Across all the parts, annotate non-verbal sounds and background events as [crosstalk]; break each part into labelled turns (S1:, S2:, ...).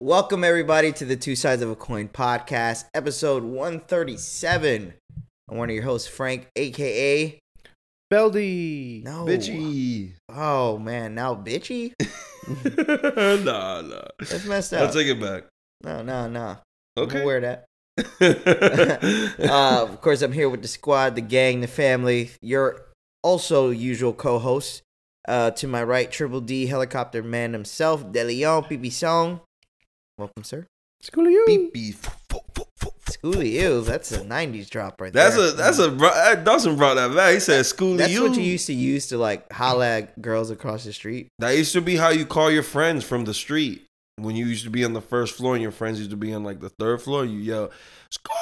S1: Welcome everybody to the Two Sides of a Coin podcast, episode 137. I'm one of your hosts, Frank, aka
S2: Beldy.
S1: No.
S3: Bitchy.
S1: Oh man, now bitchy?
S3: [laughs] nah, nah.
S1: That's
S3: [laughs]
S1: messed
S3: I'll
S1: up.
S3: take it back.
S1: no, no, no.
S3: Okay.
S1: Wear that.
S3: [laughs]
S1: [laughs] Uh, of course, I'm here with the squad, the gang, the family. Your also usual co-host. Uh, to my right, Triple D helicopter man himself, DeLeon PB Song. Welcome, sir.
S2: School of you.
S3: Beep, beep.
S1: Schoolie ew, that's a '90s drop right
S3: That's
S1: there.
S3: a that's a bro- uh, Dawson brought that back. He said school
S1: That's
S3: you.
S1: what you used to use to like holla at girls across the street.
S3: That used to be how you call your friends from the street. When you used to be on the first floor and your friends used to be on like the third floor, you yell school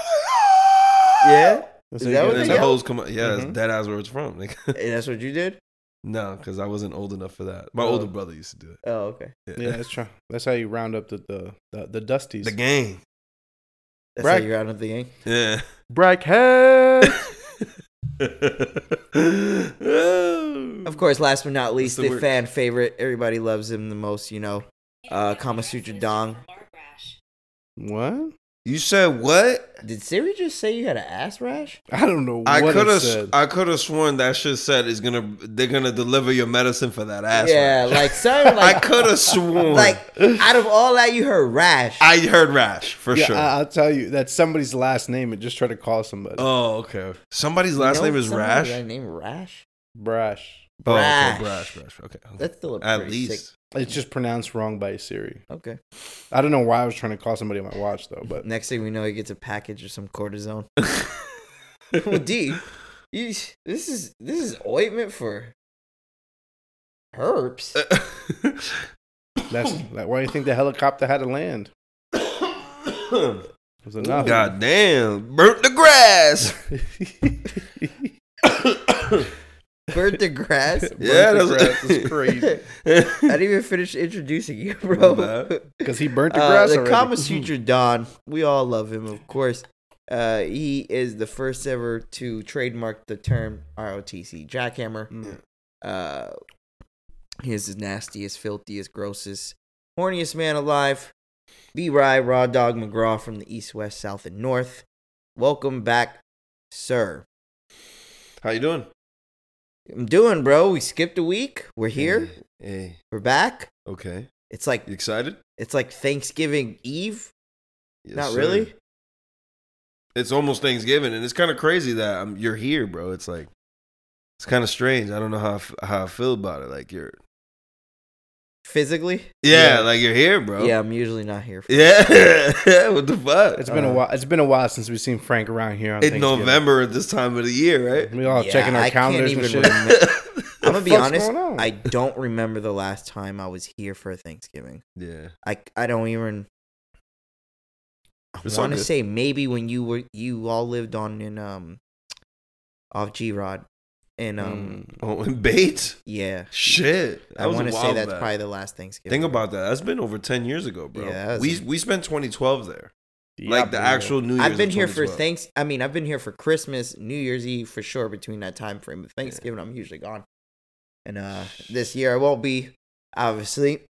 S1: [laughs]
S3: you.
S1: Yeah,
S2: That's
S1: Is that
S2: how
S1: what
S2: you
S3: And
S2: get
S3: then
S1: they
S2: it.
S3: the
S1: yell? Mm-hmm.
S3: hoes come up. Yeah,
S2: Mhm.
S3: that's dead ass where it's from. Like,
S1: And that's what you did.
S3: [laughs] no, because I wasn't old enough for that. My
S1: Oh.
S3: older brother used to do
S1: Oh, okay.
S3: it.
S2: Yeah, that's true. That's how you round up the the the, the dusties.
S3: The game.
S1: That's
S2: Brack-
S1: how you're out of the game.
S3: Yeah. [laughs]
S2: Brackhead.
S1: Of course, last but not least,
S3: the
S1: the
S3: word?
S1: fan favorite. Everybody loves him the most, you know. Uh, Kama Sutra Dong.
S2: [laughs] what?
S3: You said what?
S1: Did Siri just say you had an ass rash?
S2: I don't know. What
S3: I could
S2: it
S3: have
S2: said.
S3: I could have sworn that shit said is gonna they're gonna deliver your medicine for that ass.
S1: yeah,
S3: rash.
S1: like something
S3: [laughs] I
S1: like [laughs]
S3: could have sworn.
S1: like out of all that you heard rash.
S3: I heard rash for
S2: yeah,
S3: sure.
S1: uh,
S2: I, will tell you that's somebody's last name and just try to call somebody.
S3: oh, okay. Somebody's
S1: You
S3: last
S1: know
S3: name is
S1: somebody
S3: Rash.
S1: by Name Rash.
S2: Brash.
S3: Oh,
S1: Rash.
S3: okay, Rash, Rash. Okay. okay.
S1: That's still a
S3: At
S1: pretty
S3: least.
S1: sick-
S2: It's just pronounced wrong by Siri.
S1: Okay.
S2: I don't know why I was trying to call somebody on my watch though, but
S1: Next thing we know, he gets a package of some
S3: [laughs]
S1: cortisone. well, D, you, this is this is ointment for herpes.
S3: [coughs] [laughs]
S2: that's that, why do you think the helicopter had to land? It was enough.
S3: God damn. Burnt the [laughs]
S1: [coughs]
S3: grass. [coughs]
S1: [laughs] Burnt the
S2: [laughs]
S1: grass.
S3: Yeah,
S2: Burnt the
S3: that's-
S2: grass
S3: [laughs]
S2: is crazy.
S1: I didn't even finish introducing you, bro.
S3: My bad.
S1: [laughs]
S2: Because he burnt the
S1: Uh,
S2: grass
S1: the
S2: already. [laughs] Mm-hmm.
S1: Kama Sutra Don, we all love him, of course. Uh, he is the first ever to trademark the term ROTC jackhammer.
S2: Mm.
S1: Uh, he is the nastiest, filthiest, grossest, horniest man alive. B Rye, Raw Dog McGraw from the East, West, South, and North. Welcome back, sir.
S3: How you doing?
S1: I'm doing, bro. We skipped a week. We're here.
S3: Hey, hey.
S1: We're back.
S3: Okay.
S1: It's like
S3: You excited?
S1: it's like Thanksgiving Eve.
S3: Yes,
S1: Not
S3: sir.
S1: really.
S3: It's almost Thanksgiving, and it's kind of crazy that i you're here, bro. It's like it's kind of strange. I don't know how I f- how I feel about it. Like you're,
S1: Physically,
S3: yeah,
S2: Yeah.
S3: like you're here, bro.
S1: yeah, I'm usually not here. For
S3: yeah. [laughs] what the fuck?
S2: It's been a
S1: Uh,
S2: while. It's been a while since we've seen Frank around here. On
S3: in
S2: Thanksgiving.
S3: November at this time of the year, [laughs]
S2: we all
S1: Yeah,
S2: checking
S1: I
S2: our
S1: can't
S2: calendars
S1: even
S2: and shit.
S1: remember.
S3: right?
S1: I'm gonna be
S2: What's
S1: honest.
S2: going on?
S1: I don't remember the last time I was here for Thanksgiving.
S3: yeah.
S1: I I don't even. I
S3: It's all
S1: want to
S3: good.
S1: say maybe when you were you all lived on in um, off G Rod, and um
S2: Mm.
S3: Oh, and Bates.
S1: yeah,
S3: Shit. That
S1: I
S3: was a
S1: want to say
S3: while
S1: that's
S3: back.
S1: probably the last Thanksgiving.
S3: Think about that. That's been over ten years ago, bro.
S1: Yeah, that was-
S3: we we spent 2012 there,
S2: Yeah,
S3: like the
S2: bro.
S3: actual New Year's.
S1: I've been
S3: of
S1: here for
S3: 2012.
S1: thanks. I mean, I've been here for Christmas, New Year's Eve for sure. Between that time frame, but Thanksgiving, I'm usually gone. And uh this year I won't be. Obviously,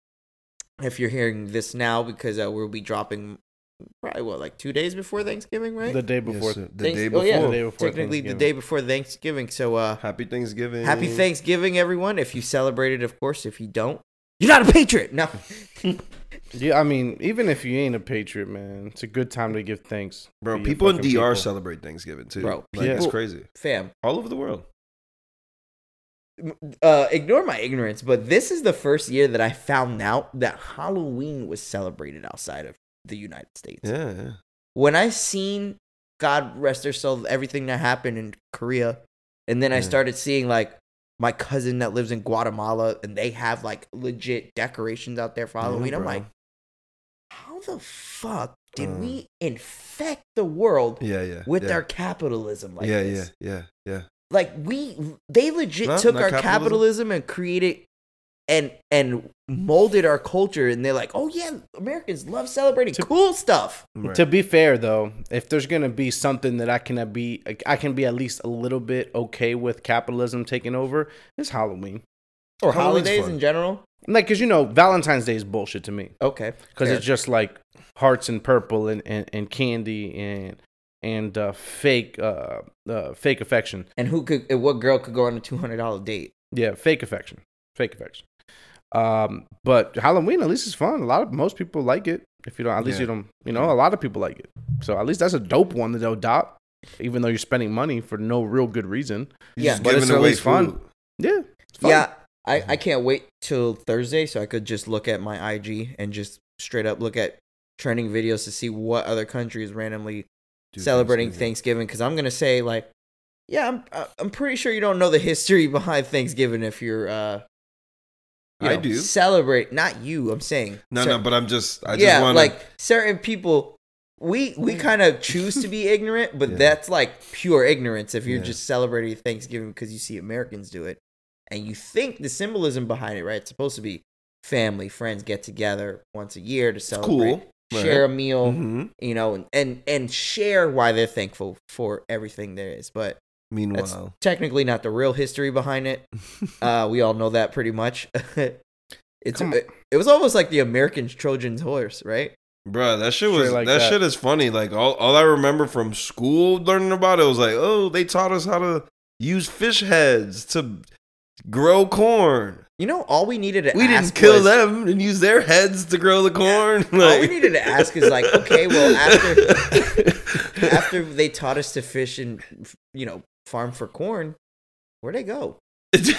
S1: if you're hearing this now, because uh, we'll be dropping probably what like two days before Thanksgiving, right?
S2: The day
S3: Yes,
S2: before.
S3: sir. the
S1: Thanks-
S3: day
S1: oh,
S3: before.
S1: yeah.
S2: The day before.
S1: Technically, the
S2: Thanksgiving.
S1: day before Thanksgiving. So, uh,
S3: Happy Thanksgiving.
S1: happy Thanksgiving, everyone. If you celebrated, of course. If you don't, you're not a patriot.
S2: [laughs]
S1: No.
S2: Yeah, I mean, even if you ain't a patriot, man, it's a good time to give thanks.
S3: Bro,
S2: to your
S3: people in DR
S2: fucking people.
S3: celebrate Thanksgiving too.
S1: Bro,
S3: like, it's
S2: people-
S3: crazy.
S1: Fam,
S3: All over the world.
S1: uh, ignore my ignorance, but this is the first year that I found out that Halloween was celebrated outside of the United States.
S3: Yeah, yeah.
S1: When I seen, God rest their soul, everything that happened in Korea, and then I
S3: Yeah.
S1: started seeing like my cousin that lives in Guatemala, and they have like legit decorations out there for
S3: Yeah,
S1: Halloween. I'm
S3: bro.
S1: like, how the fuck did
S3: Uh.
S1: we infect the world
S3: yeah, yeah.
S1: with
S3: yeah.
S1: our capitalism like
S3: yeah,
S1: this?
S3: yeah, yeah, yeah.
S1: like we they legit
S3: No,
S1: took
S3: not
S1: our capitalism.
S3: capitalism.
S1: and created and and molded our culture and they're like oh yeah americans love celebrating
S2: To-
S1: cool stuff
S3: Right.
S2: To be fair, though, if there's gonna be something that I can be, I can be at least a little bit okay with capitalism taking over, it's Halloween.
S1: or
S3: Halloween's
S1: holidays
S3: fun.
S1: in general
S2: Like, cause you know Valentine's Day is bullshit to me
S1: Okay.
S2: because
S1: fair.
S2: it's just like hearts and purple and and, and candy and and uh, fake uh, uh fake affection.
S1: and who could and what girl could go on a two hundred dollar date?
S2: Yeah, fake affection, fake affection. Um, but Halloween at least is fun. A lot of most people like it. If you don't, at least
S3: Yeah.
S2: you don't. You know, a lot of people like it. So at least that's a dope one that they'll adopt, even though you're spending money for no real good reason.
S3: You're
S1: Yeah.
S3: just
S2: But
S3: giving
S2: it's at
S3: away
S2: least fun.
S3: food.
S2: Yeah, it's fun.
S1: Yeah, I, I can't wait till Thursday so I could just look at my IG and just straight up look at trending videos to see what other countries randomly
S3: Do
S1: [laughs] celebrating Thanksgiving. Because I'm gonna say like, yeah, I'm I- I'm pretty sure you don't know the history [laughs] behind Thanksgiving if you're uh. you
S3: I
S1: know,
S3: do.
S1: celebrate, not you. I'm saying
S3: No,
S1: cer-
S3: no, but I'm just. I just
S1: yeah,
S3: want
S1: like certain people, we we kind of choose to
S3: [laughs]
S1: be ignorant, but
S3: Yeah.
S1: that's like pure ignorance if you're
S3: Yeah.
S1: just celebrating Thanksgiving because you see Americans do it, and you think the symbolism behind it, right? It's supposed to be family, friends get together once a year to celebrate,
S3: cool. Right.
S1: share a meal,
S3: hmm
S1: you know, and, and and share why they're thankful for everything there is, but. That's
S3: Meanwhile,
S1: technically not the real history behind
S3: [laughs]
S1: it. uh, we all know that pretty much. [laughs] it's
S2: Come on.
S1: it, it was almost like the American Trojan's horse, right?
S3: Bruh, that shit
S2: Straight
S3: was
S2: like
S3: that,
S2: that.
S3: shit is funny. Like all, all I remember from school learning about it was like, oh, they taught us how to use fish heads to grow corn.
S1: You know, all we needed to
S3: We
S1: ask
S3: didn't kill
S1: was-
S3: them and use their heads to grow the corn. [laughs]
S1: All we needed to ask is like, okay, well,
S3: [laughs]
S1: after- After they taught us to fish and you know farm for corn, where'd they go?
S3: [laughs] after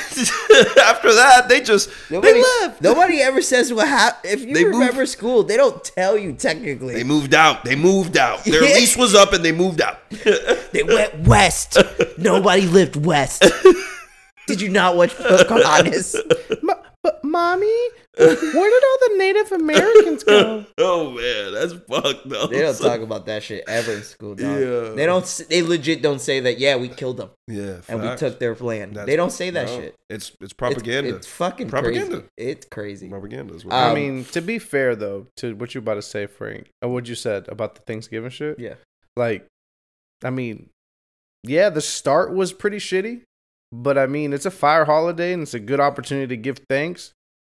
S3: that, they just
S1: Nobody-
S3: they left.
S1: Nobody ever says what happened. If you
S3: They moved-
S1: remember school, they don't tell you technically.
S3: They moved out. They moved
S1: [laughs]
S3: out. Their
S1: Yeah.
S3: lease was up and they moved out. [laughs]
S1: They went west. Nobody lived [laughs] west. Did you not watch Pocahontas?
S2: [laughs] Ma- but mommy, where did all the Native Americans [laughs] go?
S3: oh man, that's fucked up.
S1: They don't talk about that shit ever in school, dog.
S3: Yeah.
S1: They don't. s- They legit don't say that. Yeah, we killed them
S3: Yeah,
S1: and we
S3: facts.
S1: took their land.
S3: That's-
S1: They don't say that
S3: no,
S1: shit.
S3: It's it's
S1: It's-
S3: propaganda.
S1: It's, fucking
S3: Propaganda.
S1: Crazy. It's crazy.
S3: propaganda is what
S1: Um,
S2: I mean, to be fair though, to what you about to say, Frank, or what you said about the Thanksgiving shit.
S1: Yeah.
S2: Like, I mean, yeah, the start was pretty shitty, but I mean, it's a fire holiday and it's a good opportunity to give thanks.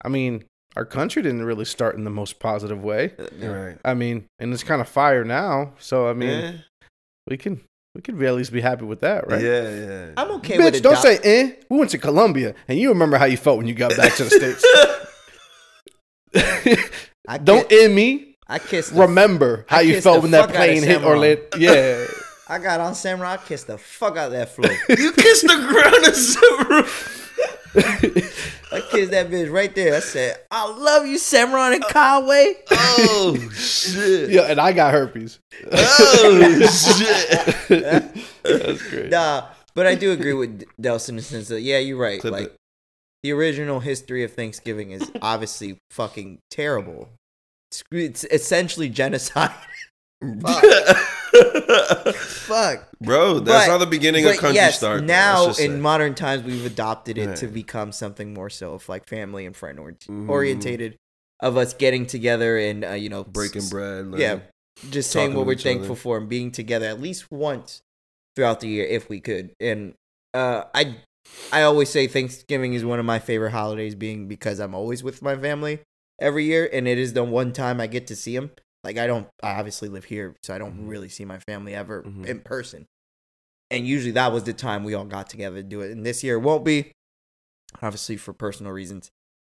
S2: I mean, our country didn't really start in the most positive way.
S3: right.
S2: I mean, and it's kind of fire now, so I mean,
S3: yeah.
S2: we can we can at least be happy with that, right?
S3: yeah, yeah.
S1: I'm okay with
S2: Bitch,
S1: it.
S2: don't
S1: dog.
S2: say eh. We went to Colombia, and you remember how you felt when you got back to the states.
S1: I
S2: don't
S1: Ki-
S2: eh me.
S1: I kissed. the-
S2: remember how
S1: I
S2: you
S1: kissed
S2: felt
S1: the
S2: when that
S1: fuck outta
S2: plane hit
S1: Samurai.
S2: [laughs] Orlando. Yeah.
S1: I got on Samurai. I kissed the fuck out of that floor.
S3: [laughs] you kissed the ground and [laughs] several.
S1: I kissed that bitch right there. I said, "I love you, Samurai and Conway."
S3: [laughs] Oh shit!
S2: yeah, and I got herpes.
S3: [laughs] Oh shit!
S2: That's great.
S1: Nah, but I do agree with [laughs] Delson in the sense that yeah, you're right.
S3: Clip
S1: like
S3: it.
S1: the original history of Thanksgiving
S3: [laughs]
S1: is obviously fucking terrible. It's, it's essentially genocide. [laughs]
S3: [laughs]
S1: Fuck.
S3: Bro, that's
S1: But-
S3: how the beginning of
S1: But
S3: country
S1: yes,
S3: starts. bro.
S1: now
S3: That's just
S1: in
S3: it.
S1: modern times, we've adopted it
S3: Yeah.
S1: to become something more so of like family and friend orient-
S3: Mhm.
S1: orientated, of us getting together and uh, you know
S3: breaking
S1: s-
S3: bread. Like,
S1: yeah, just saying
S3: talking
S1: what
S3: to
S1: we're
S3: each other.
S1: thankful for and being together at least once throughout the year if we could. And uh, I, I always say Thanksgiving is one of my favorite holidays, being because I'm always with my family every year, and it is the one time I get to see them. Like I don't, I obviously live here, so I don't
S3: Mhm.
S1: really see my family ever
S3: Mhm.
S1: in person. And usually that was the time we all got together to do it. And this year it won't be, obviously for personal reasons.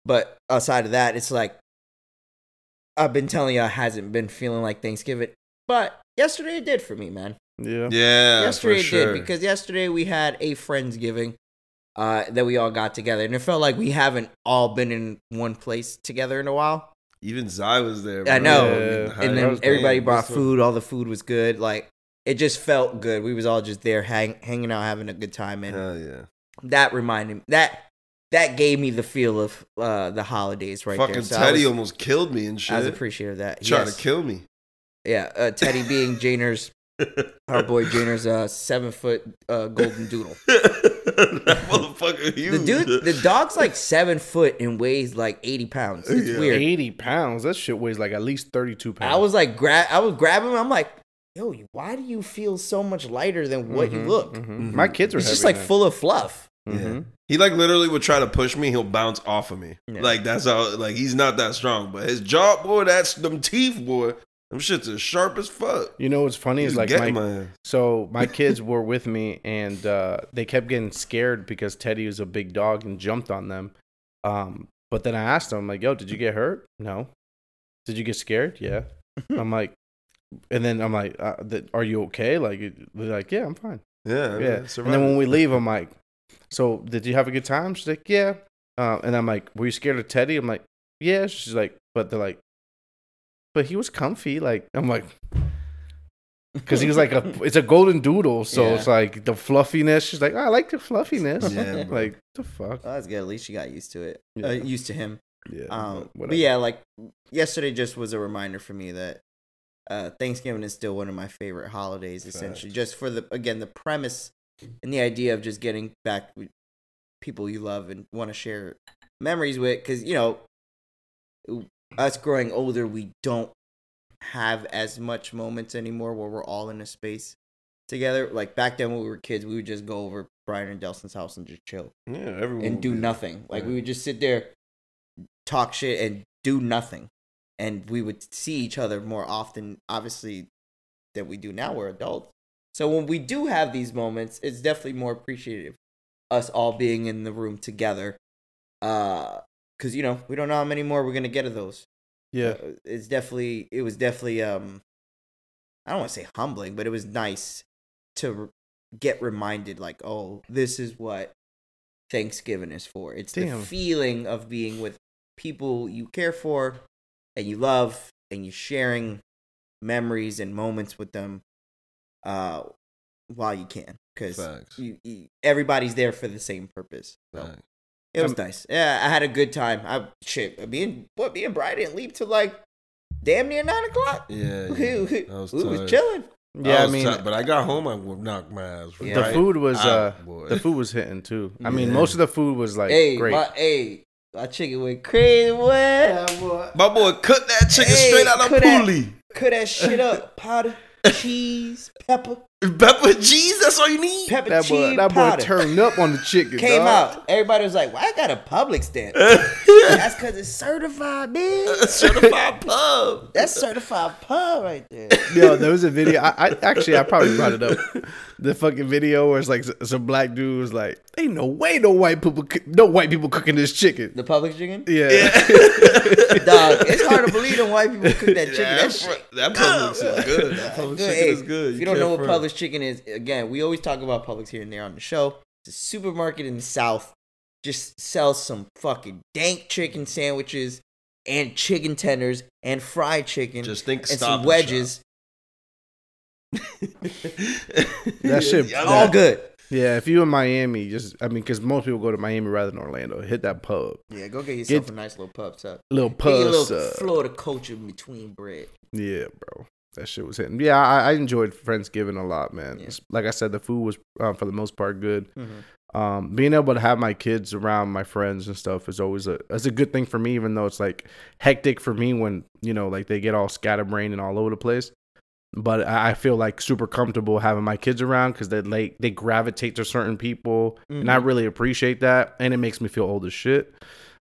S1: But outside of that, it's like I've been telling you I hasn't been feeling like Thanksgiving, but yesterday it did for me, man.
S2: Yeah.
S3: yeah.
S1: yesterday
S3: Uh, for
S1: it
S3: sure.
S1: did because yesterday we had a friendsgiving uh, that we all got together, and it felt like we haven't all been in one place together in a while.
S3: even Zai was there. Bro.
S1: I know.
S2: Yeah.
S3: How-
S2: Right.
S1: And
S3: Uh, that
S1: then
S3: was
S1: everybody
S3: banging.
S1: brought
S3: This was-
S1: food. All the food was good. Like it just felt good. We was all just there, hang, hanging out, having a good time, and
S3: Hell yeah!
S1: that reminded me that that gave me the feel of uh, the holidays right
S3: Fucking
S1: there. So
S3: Teddy
S1: I was,
S3: almost killed me and shit.
S1: I was appreciative of that.
S3: Trying
S1: Yes.
S3: to kill
S1: [laughs]
S3: me.
S1: Yeah, uh, Teddy being
S3: [laughs]
S1: Janer's, our boy Janer's uh, seven foot uh, golden doodle.
S3: that motherfucker
S1: The
S3: huge.
S1: dude, the dog's like seven foot and weighs like eighty pounds. It's
S3: Yeah.
S1: weird.
S2: 80 pounds. That shit weighs like at least 32 pounds.
S1: I was like, grab, I was grabbing him. I'm like, yo, why do you feel so much lighter than what you
S2: Mhm,
S1: look?
S2: mhm.
S3: Mhm.
S2: My kids were
S1: It's
S2: heavy
S1: just like
S2: then. [laughs]
S1: full of fluff.
S2: Mhm.
S3: He like literally would try to push me. He'll bounce off of me.
S1: Yeah.
S3: Like that's how. Like he's not that strong, but his jaw, boy, that's them teeth, boy. Them shits are sharp as fuck.
S2: You know what's funny is
S3: He's
S2: like my
S3: getting my ass.
S2: so my kids were with me and uh, they kept getting scared because Teddy was a big dog and jumped on them. Um, but then I asked them like, "Yo, did you get hurt? No. Did you get scared?
S1: [laughs]
S2: Yeah." I'm like, and then I'm like, uh, th- "Are you okay?" Like they're like, "Yeah, I'm fine."
S3: yeah, I mean,
S2: yeah. And
S3: survival.
S2: then when we leave, I'm like, "So did you have a good time?" She's like, "Yeah." Uh, and I'm like, "Were you scared of Teddy?" I'm like, "Yeah." She's like, "But they're like, but he was comfy." Like
S1: [laughs]
S2: I'm like, because he was like a, [laughs] it's a golden doodle, so
S1: Yeah.
S2: it's like the fluffiness. She's like, "Oh, I like the fluffiness.
S3: Yeah, bro.
S2: [laughs] like the fuck.
S1: Oh, that's good. At least she got used to it. Uh,
S2: Yeah.
S1: used to him.
S2: yeah.
S1: Um, but
S2: whatever.
S1: yeah, like yesterday just was a reminder for me that uh, Thanksgiving is still one of my favorite holidays. Essentially, just for the again the premise and the idea of just getting back with people you love and want to share memories with. Because you know, us growing older, we don't have as much moments anymore where we're all in a space together. Like back then when we were kids, we would just go over Brian and Delson's house and just chill
S3: yeah, everyone
S1: and
S3: would
S1: do
S3: be-
S1: nothing. Like we
S3: Mm-hmm. Yeah.
S1: would just sit there, talk shit, and do nothing. And we would see each other more often, obviously, than we do now. We're adults, so when we do have these moments, it's definitely more appreciative. Us all being in the room together, because you know we don't know how many more we're gonna get of those.
S2: yeah.
S1: Uh, it's definitely it was definitely um i don't want to say humbling but it was nice to r get reminded like oh this is what thanksgiving is for it's
S2: Damn.
S1: the feeling of being with people you care for and you love and you sharing memories and moments with them uh while you can because
S3: Facts.
S1: you, you, everybody's there for the same purpose so.
S3: Facts.
S1: It was
S2: Um,
S1: nice. Yeah, I had a good time. I shit, me and what me and Brian didn't leave till like damn near nine o'clock. [laughs]
S3: Yeah, yeah.
S1: we we-
S3: I was
S1: we
S3: tired.
S1: was chilling.
S2: Yeah, I,
S3: was
S2: mean,
S3: tired, but I got home. I would knock my ass.
S1: The
S2: the
S1: right Um,
S2: food was uh,
S3: out, boy.
S2: the food was hitting too. I mean,
S3: Yeah.
S2: most of the food was like
S1: hey,
S2: great.
S1: my hey, my chicken went crazy. What?
S3: My boy cooked that chicken
S1: Hey,
S3: straight out of
S1: cook that-
S3: Pooley.
S1: Cut that shit up. Powder, cheese, pepper,
S3: Pepper cheese. That's all you need.
S1: pepper
S2: that
S1: cheese
S2: boy, that boy
S1: powder.
S2: turned up on the
S1: [laughs]
S2: chicken.
S1: Came
S2: dog.
S1: out. Everybody was like, "Well, I got a public
S2: [laughs]
S1: stamp." That's because it's certified, bitch.
S3: Certified pub.
S1: That's certified pub right
S2: [laughs]
S1: there.
S2: Yo, there was a video. I, I actually I probably brought it up. The fucking video where it's like s- some black dude was like, "Ain't no way no white people coo- no white people cooking this chicken."
S1: The public chicken,
S2: Yeah,
S1: dog. It's hard to believe them white people cook that
S2: [laughs]
S1: chicken.
S3: that,
S1: that shit
S3: fr- that Publix is good. That Publix
S1: Good,
S3: Oh, chicken
S1: hey,
S3: is good.
S1: If you don't know what
S3: can't front.
S1: Publix chicken is, again, we always talk about Publix here and there on the show. It's a supermarket in the South. Just sells some fucking dank chicken sandwiches and chicken tenders and fried chicken
S3: just think
S1: and
S3: stop
S1: some wedges.
S2: That shit-
S3: Yeah,
S1: All good.
S2: yeah. If you in Miami, just I mean, because most people go to Miami rather than Orlando. Hit that pub,
S1: Yeah, go get yourself
S2: Get-
S1: a nice little pub sub.
S2: little
S1: Get you a
S2: pub.
S1: little
S2: sub.
S1: Florida culture between bread.
S2: Yeah, bro. That shit was hitting. Yeah, I, I enjoyed Friendsgiving a lot, man.
S1: Yeah.
S2: It's- Like I said, the food was um, for the most part good.
S1: Mhm.
S2: Um, being able to have my kids around my friends and stuff is always a it's a good thing for me, even though it's like hectic for me when you know like they get all scatterbrained and all over the place. But I I feel like super comfortable having my kids around because they like they gravitate to certain people, and I
S1: Mm-hmm.
S2: really appreciate that. And it makes me feel old as shit.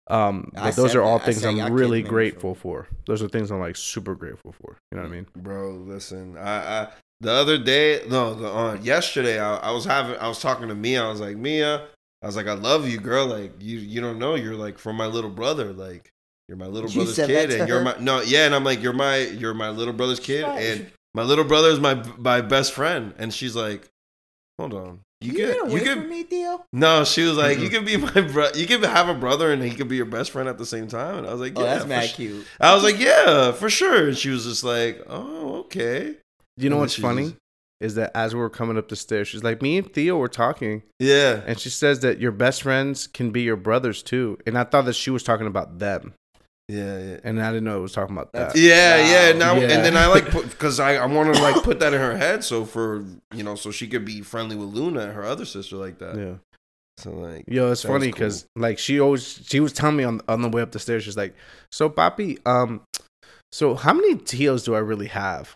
S2: Um,
S1: I
S2: but those
S1: said
S2: are all
S1: that. I
S2: things
S1: said y'all
S2: I'm
S1: kids
S2: really
S1: made me feel-
S2: grateful for. Those are things I'm like super grateful for. You know
S1: Mm.
S2: what I mean?
S3: Bro, listen, I, I the other day, no, the, on yesterday, I, I was having, I was talking to Mia. I was like, Mia, I was like, I love you, girl. Like you, you don't know, you're like from my little brother. Like you're my little
S1: You
S3: brother's
S1: said
S3: kid,
S1: that to
S3: and you're
S1: her?
S3: my no, yeah. And I'm like, you're my, you're my little brother's kid,
S1: Right.
S3: and my little brother's my my best friend. And she's like, hold on, you,
S1: You get
S3: could,
S1: away
S3: you
S1: from
S3: could.
S1: me, Dio?
S3: No, she was like, you could be [laughs] my bro. You could have a brother, and he could be your best friend at the same time. And I was like, yeah,
S1: Oh, that's
S3: for
S1: mad
S3: su- [laughs]
S1: cute. [laughs]
S3: I was like, yeah, for sure. And she was just like, oh, okay.
S2: You know
S3: And
S2: what's
S3: she's
S2: funny
S3: just-
S2: is that as we were coming up the stairs, she's like, "Me and Theo were talking,
S3: Yeah.
S2: and she says that your best friends can be your brothers too." And I thought that she was talking about them,
S3: Yeah. Yeah.
S2: and I didn't know it was talking about that.
S1: That's-
S3: Yeah,
S1: Wow.
S3: yeah, now
S2: Yeah.
S3: and then I like [laughs] because I, I want to [laughs] like put that in her head so for you know so she could be friendly with Luna and her other sister like that.
S2: Yeah,
S3: So like
S2: yo, it's
S3: That was
S2: funny because like she always she was telling me on on the way up the stairs, she's like, "So, Papi, um, so how many Theos do I really have?"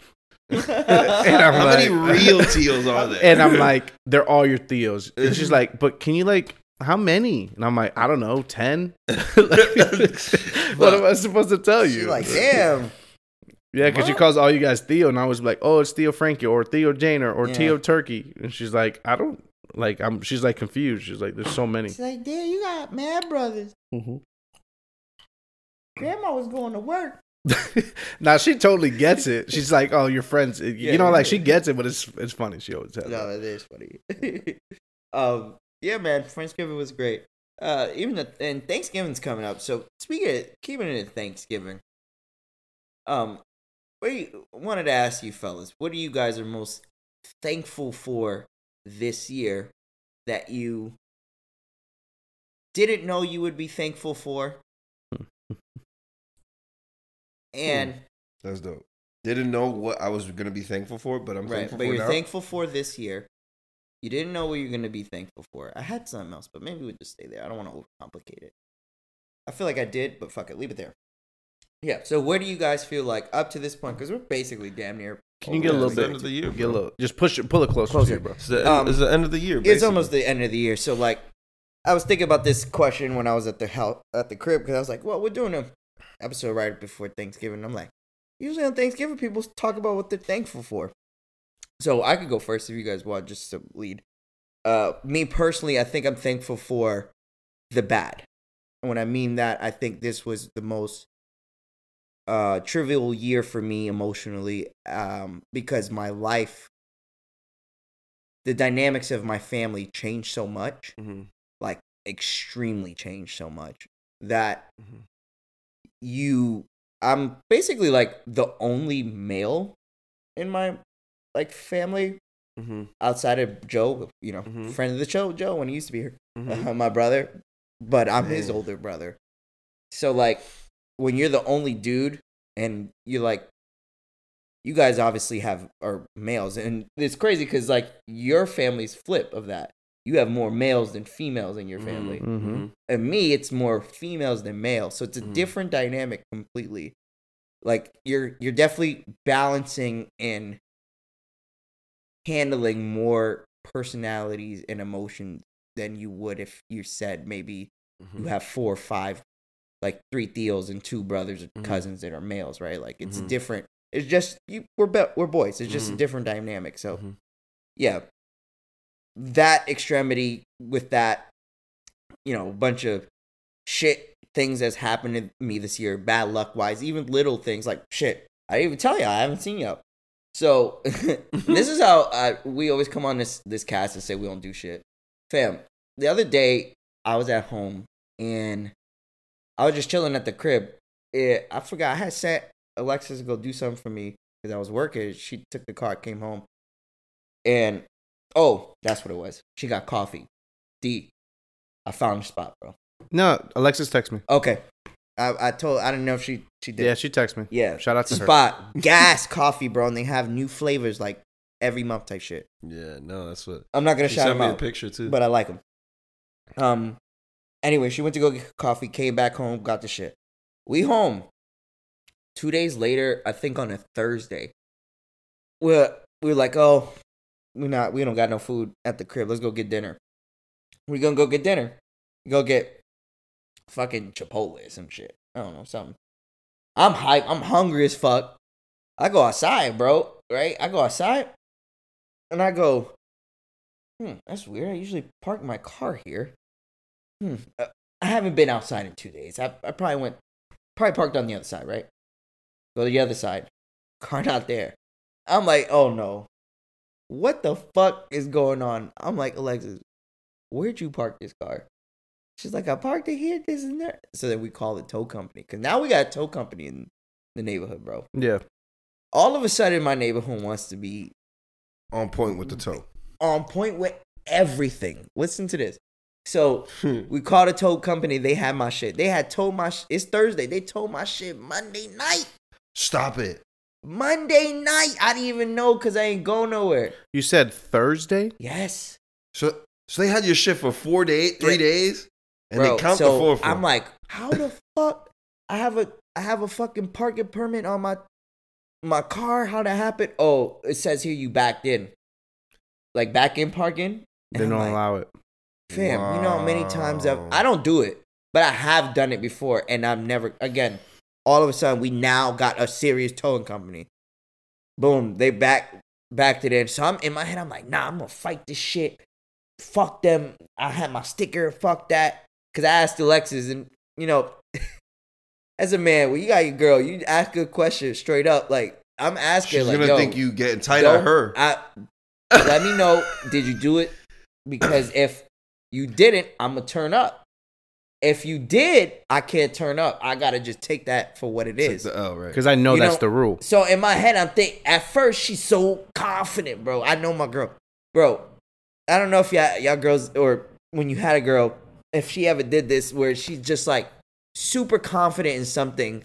S2: And I'm
S3: how
S2: like-
S3: [laughs] many real teals are there? [laughs]
S2: And I'm like, they're all your Theos. And she's like, but can you like how many? And I'm like, I don't know, 10?
S3: [laughs]
S2: what am I supposed to tell
S1: She's
S2: you?
S1: like,
S2: [laughs]
S1: damn.
S2: Yeah, because she
S1: What?
S2: calls all you guys Theo, and I was like, "Oh, it's Theo Frankie or Theo Janer or
S1: Yeah.
S2: Theo Turkey," and she's like, "I don't like." I'm. She's like confused. She's like, "There's so
S1: [laughs]
S2: many."
S1: She's like, damn, you got mad brothers. Grandma was going to work.
S2: [laughs] now she totally gets it. She's like, "Oh, your friends," you
S1: Yeah,
S2: know, like
S1: yeah.
S2: she gets it, but it's it's funny. She always has.
S1: No,
S2: No,
S1: it is funny. [laughs] um, yeah, man, Friendsgiving was great. Uh, even the, and Thanksgiving's coming up. So speaking of keeping it at Thanksgiving, um, we wanted to ask you fellas, what do you guys are most thankful for this year that you didn't know you would be thankful for? And
S3: That's dope. Didn't know what I was gonna be thankful for, but I'm
S1: right,
S3: thankful
S1: but
S3: for
S1: you're
S3: now.
S1: thankful for this year. You didn't know what you're going to be thankful for. I had something else, but maybe we'll just stay there. I don't want to overcomplicate it. I feel like I did, but fuck it, leave it there. Yeah. So where do you guys feel like up to this point? Because we're basically damn near.
S2: Can you get a
S1: over
S2: little
S3: it's the
S2: bit?
S3: end of the year,
S2: Get a
S3: bro.
S2: little. Just push it. Pull it closer,
S1: Closer.
S2: to you, bro.
S3: It's the, end,
S1: Um,
S3: it's the end of the year.
S1: It's almost the end of the year, so like, I was thinking about this question when I was at the house at the crib because I was like, "Well, we're doing an episode right before Thanksgiving." I'm like, usually on Thanksgiving, people talk about what they're thankful for. So I could go first if you guys want, just to lead. Uh, me personally, I think I'm thankful for the bad. And when I mean that, I think this was the most uh, trivial year for me emotionally um, because my life, the dynamics of my family changed so much,
S3: Mhm.
S1: like extremely changed so much that
S3: Mhm.
S1: you, I'm basically like the only male in my like family
S3: Mhm.
S1: outside of Joe, you know,
S3: Mhm.
S1: friend of the show, Joe, when he used to be here,
S3: Mhm.
S1: uh, [laughs] my brother, but I'm his
S3: Man.
S1: older brother. So, like, when you're the only dude and you're like, you guys obviously have are males, and it's crazy because, like, your family's flip of that. You have more males than females in your
S3: Mhm.
S1: family.
S3: Mhm.
S1: And me, it's more females than males. So it's a
S3: Mhm.
S1: different dynamic completely. Like you're you're definitely balancing and handling more personalities and emotions than you would if you said maybe
S3: Mm-hmm. Mm.
S1: you have four or five like three theos and two brothers or
S3: Mhm.
S1: cousins that are males, right? Like it's
S3: Mhm.
S1: different. It's just you we're be- we're boys. It's just a
S3: Mhm.
S1: different dynamic. So
S3: Mhm.
S1: yeah, that extremity with that, you know, bunch of shit things that's happened to me this year, bad luck wise, even little things like shit. I didn't even tell you I haven't seen you. So [laughs] this is how I, we always come on this this cast and say we don't do shit, fam. The other day I was at home and I was just chilling at the crib. It, I forgot I had sent Alexis to go do something for me because I was working. She took the car, came home, and oh, that's what it was. She got coffee. D, I found her spot, bro.
S2: No, Alexis text me.
S1: Okay, I, I told I didn't know if she she did.
S2: Yeah, she text me.
S1: yeah.
S2: Shout out to her.
S1: Spot gas coffee, bro, and they have new flavors like every month type shit.
S3: Yeah, no, that's what.
S1: I'm not gonna
S3: She
S1: shout
S3: sent
S1: them
S3: me a
S1: out,
S3: picture too.
S1: but I like them. Um. Anyway, she went to go get coffee, came back home, got the shit. We home. Two days later, I think on a Thursday, we're we're like, oh, we not we don't got no food at the crib. Let's go get dinner. We gonna go get dinner. Go get fucking Chipotle or some shit. I don't know something. I'm hype. I'm hungry as fuck. I go outside, bro. Right? I go outside, and I go. Hmm, that's weird. I usually park my car here. Hmm. uh, I haven't been outside in two days. I, I probably went, probably parked on the other side, right? Go to the other side. [laughs] Car not there. I'm like, oh no. What the fuck is going on? I'm like, Alexis, where'd you park this car? She's like, I parked it here, this and that. So then we call the tow company. Cause now we got a tow company in the neighborhood, bro.
S2: Yeah,
S1: All of a sudden, my neighborhood wants to be
S3: on point with the
S1: Mm. [laughs]
S3: toe.
S1: on point with everything. Listen to this. So we called a tow company. They had my shit. They had towed my. Sh- it's Thursday. They towed my shit Monday night.
S3: Stop it.
S1: Monday night. I didn't even know because I ain't go nowhere.
S2: you said Thursday.
S1: Yes,
S3: So, so they had your shit for four days, three
S1: Yeah.
S3: days, and
S1: bro.
S3: they count
S1: so
S3: the four. For.
S1: I'm like, how the fuck? I have a I have a fucking parking permit on my my car. How that happened? Oh, it says here you backed in, like back in parking.
S2: They
S1: I'm
S2: don't
S1: like,
S2: allow it.
S1: Fam, you know how many times I've I don't do it, but I have done it before, and I've never again. All of a sudden, we now got a serious towing company. Boom, they back backed it in. So I'm in my head, I'm like, nah, I'm gonna fight this shit. Fuck them. I had my sticker. Fuck that. Cause I asked Alexis, and you know, [laughs] as a man, when you got your girl, you ask her a question straight up. Like I'm asking,
S3: She's
S1: like,
S3: gonna
S1: yo,
S3: think you getting tight
S1: don't-
S3: at her.
S1: I, let me know, did you do it? Because if you didn't, I'm gonna turn up. If you did, I can't turn up. I gotta just take that for what it
S3: Take
S1: is.
S3: the L, right?
S2: Because I know
S1: You
S2: that's
S1: know-
S2: the rule.
S1: So in my head, I'm think at first she's so confident, bro. I know my girl, bro. I don't know if y'all, y'all girls or when you had a girl, if she ever did this, where she's just like super confident in
S3: [laughs]
S1: something,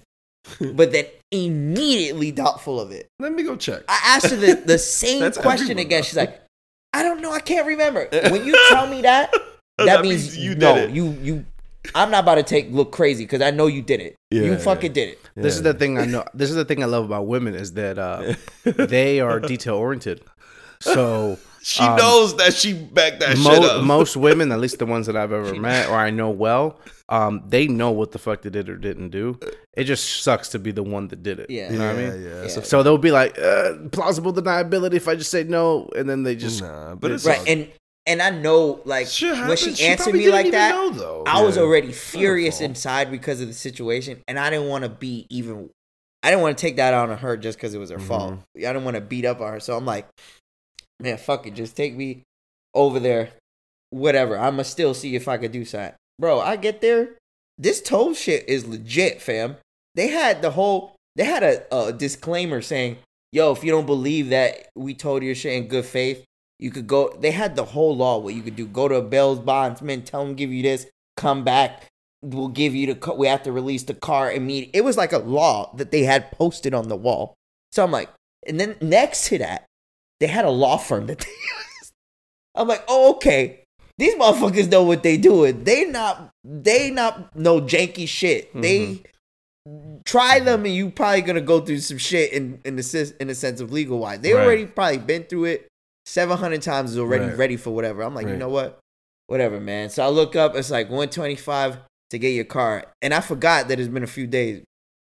S1: but then immediately doubtful of it.
S3: Let me go check.
S1: I asked her the,
S3: [laughs]
S1: the same
S3: That's
S1: question
S3: everyone,
S1: again.
S3: though.
S1: She's like, I don't know. I can't
S3: [laughs]
S1: remember. When you tell me that, that,
S3: That
S1: means,
S3: means
S1: you
S3: you
S1: no,
S3: did it.
S1: you you. I'm not about to take look crazy because I know you did it.
S3: Yeah,
S1: you
S3: yeah.
S1: fucking did it.
S2: This is the thing I know. This is the thing I love about women is that
S3: [laughs]
S2: uh, they are detail oriented.
S1: [laughs]
S2: So
S3: She
S2: um,
S3: knows that she backed that shit
S2: mo-
S3: up.
S2: most women, at least the ones that
S1: [laughs]
S2: I've ever met or I know well, um, they know what the fuck they did or didn't do. It just sucks to be the one that did it.
S1: Yeah.
S2: you know what I
S3: yeah,
S2: mean.
S3: yeah. that's
S1: Yeah.
S3: a-
S2: So they'll be like uh, plausible deniability if I just say no, and then they just
S3: nah, but it's
S1: right.
S3: all-
S1: And and I know like
S3: Shit
S1: when
S3: happens.
S1: she
S3: probably
S1: answered me
S3: didn't
S1: like
S3: even
S1: that,
S3: know, though.
S1: I was
S3: Yeah.
S1: already
S3: her
S1: furious
S3: fault.
S1: inside because of the situation, and I didn't want to be even. I didn't want to take that out on her just because it was her fault. I didn't want to beat up on her, so I'm like, man, fuck it, just take me over there, whatever. I'ma still see if I could do something, bro. I get there, this toll shit is legit, fam. They had the whole, they had a, a disclaimer saying, yo, if you don't believe that we told your shit in good faith. You could go. They had the whole law what you could do. Go to a bail's bondsman, tell him give you this, come back. We'll give you the. ca- We have to release the car immediately. It was like a law that they had posted on the wall. So I'm like, and then next to that, they had a law firm that [laughs] they used. I'm like, oh okay, these motherfuckers know what they doing. They not they not no janky shit. They try them and you probably gonna go through some shit in in the sis- in the sense of legal wise. They
S2: Right.
S1: already probably been through it seven hundred times. Is already
S3: Right.
S1: ready for whatever. I'm like, you
S3: Right.
S1: know what? whatever, man. So I look up, it's like 125 to get your car. And I forgot that it's been a few days.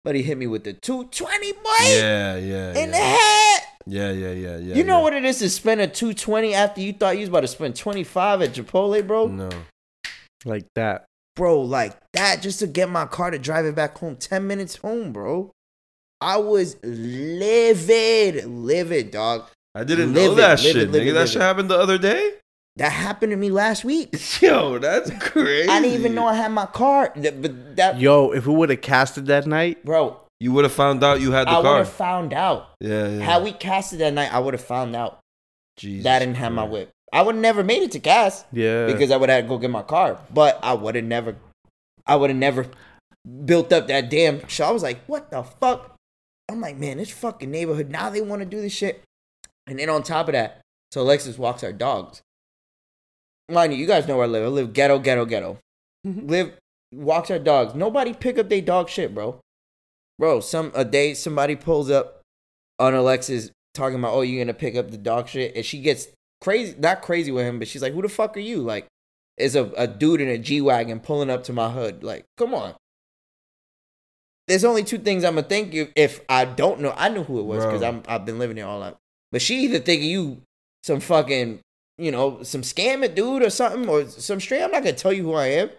S1: But he hit me with the 220, boy,
S3: Yeah, yeah,
S1: in the
S3: yeah.
S1: head.
S3: yeah, yeah, yeah, yeah.
S1: you know
S3: yeah.
S1: what it is to spend a 220 after you thought you was about to spend 25 at Chipotle, bro?
S3: No,
S2: like that.
S1: Bro, like that just to get my car to drive it back home 10 minutes home, bro. I was livid, livid, dog.
S3: I didn't
S1: Live
S3: know
S1: it,
S3: that
S1: live it,
S3: shit,
S1: live
S3: nigga.
S1: it,
S3: that
S1: live
S3: shit
S1: it.
S3: happened the other day.
S1: That happened to me last week.
S3: [laughs] Yo, that's crazy.
S1: I didn't even know I had my car. Th- But that,
S2: Yo, if we would have casted that night,
S1: bro,
S3: You would have found out you had the
S1: I would
S3: car.
S1: have found out.
S3: Yeah, yeah.
S1: Had we casted that night, I would have found out
S3: Jesus
S1: that I didn't have my
S3: Christ.
S1: whip. I would never made it to cast
S2: yeah,
S1: because I would have to go get my car. But I would have never, I would have never built up that damn. So I was like, what the fuck? I'm like, man, this fucking neighborhood. Now they want to do this shit. And then on top of that, so Alexis walks our dogs. Mind you, you guys know where I live. I live ghetto, ghetto, ghetto. live walks our dogs. Nobody pick up their dog shit, bro. Bro, some a day somebody pulls up on Alexis talking about, oh, you gonna pick up the dog shit, and she gets crazy, not crazy with him, but she's like, who the fuck are you? Like, is a, a dude in a G wagon pulling up to my hood? Like, come on. There's only two things I'm gonna think if, if I don't know. I knew who it was
S3: Bro.
S1: because I'm I've been living here all up. But she either thinking you some fucking you know some scammer dude or something or some straight. I'm not gonna tell you who I am.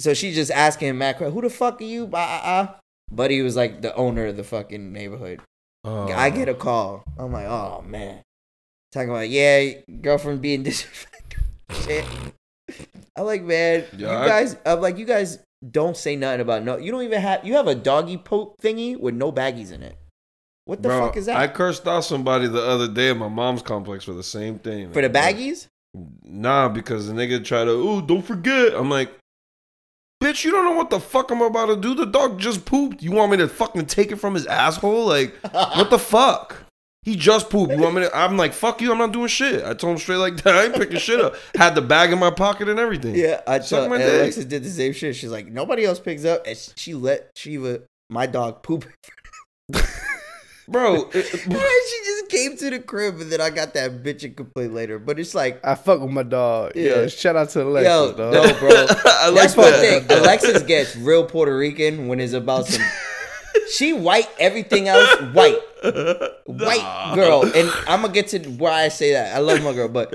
S1: So she just asking him, Matt, who the fuck are you? Bah, ah, ah. But he was like the owner of the fucking neighborhood.
S3: Oh.
S1: I get a call. I'm like, oh man. Talking about, yeah, girlfriend being [laughs] disrespectful. Shit. I'm like, man,
S3: Yeah,
S1: you
S3: I-
S1: guys, I'm like, you guys don't say nothing about no. You don't even have, you have a doggy poke thingy with no baggies in it. What the
S3: Bro,
S1: fuck is that?
S3: I cursed out somebody the other day at my mom's complex for the same thing.
S1: For the
S3: Like,
S1: baggies?
S3: Nah, because the nigga tried to, oh, don't forget. I'm like, bitch, you don't know what the fuck I'm about to do. The dog just pooped. You want me to fucking take it from his asshole? Like, what the fuck? He just pooped. You want me to? I'm like, fuck you. I'm not doing shit. I told him straight like that. [laughs] I ain't picking shit up. Had the bag in my pocket and everything.
S1: Yeah, I
S3: Suck
S1: told
S3: my
S1: and
S3: dick.
S1: Alexis did the same shit. She's like, nobody else picks up, and she let Shiva, my dog, poop.
S3: Bro,
S1: [laughs]
S3: it- [laughs]
S1: she just came to the crib and then I got that bitch and complaint later. But it's like,
S2: I fuck with my dog. Yeah.
S1: Yeah.
S2: shout out to Alexis,
S1: yo,
S2: dog.
S1: no, [laughs] bro.
S3: I
S1: That's
S3: like
S1: one
S3: that. [laughs]
S1: thing. Alexis gets real Puerto Rican when it's about some. she white everything else white white
S3: Nah.
S1: girl, and I'm gonna get to why I say that. I love my girl, but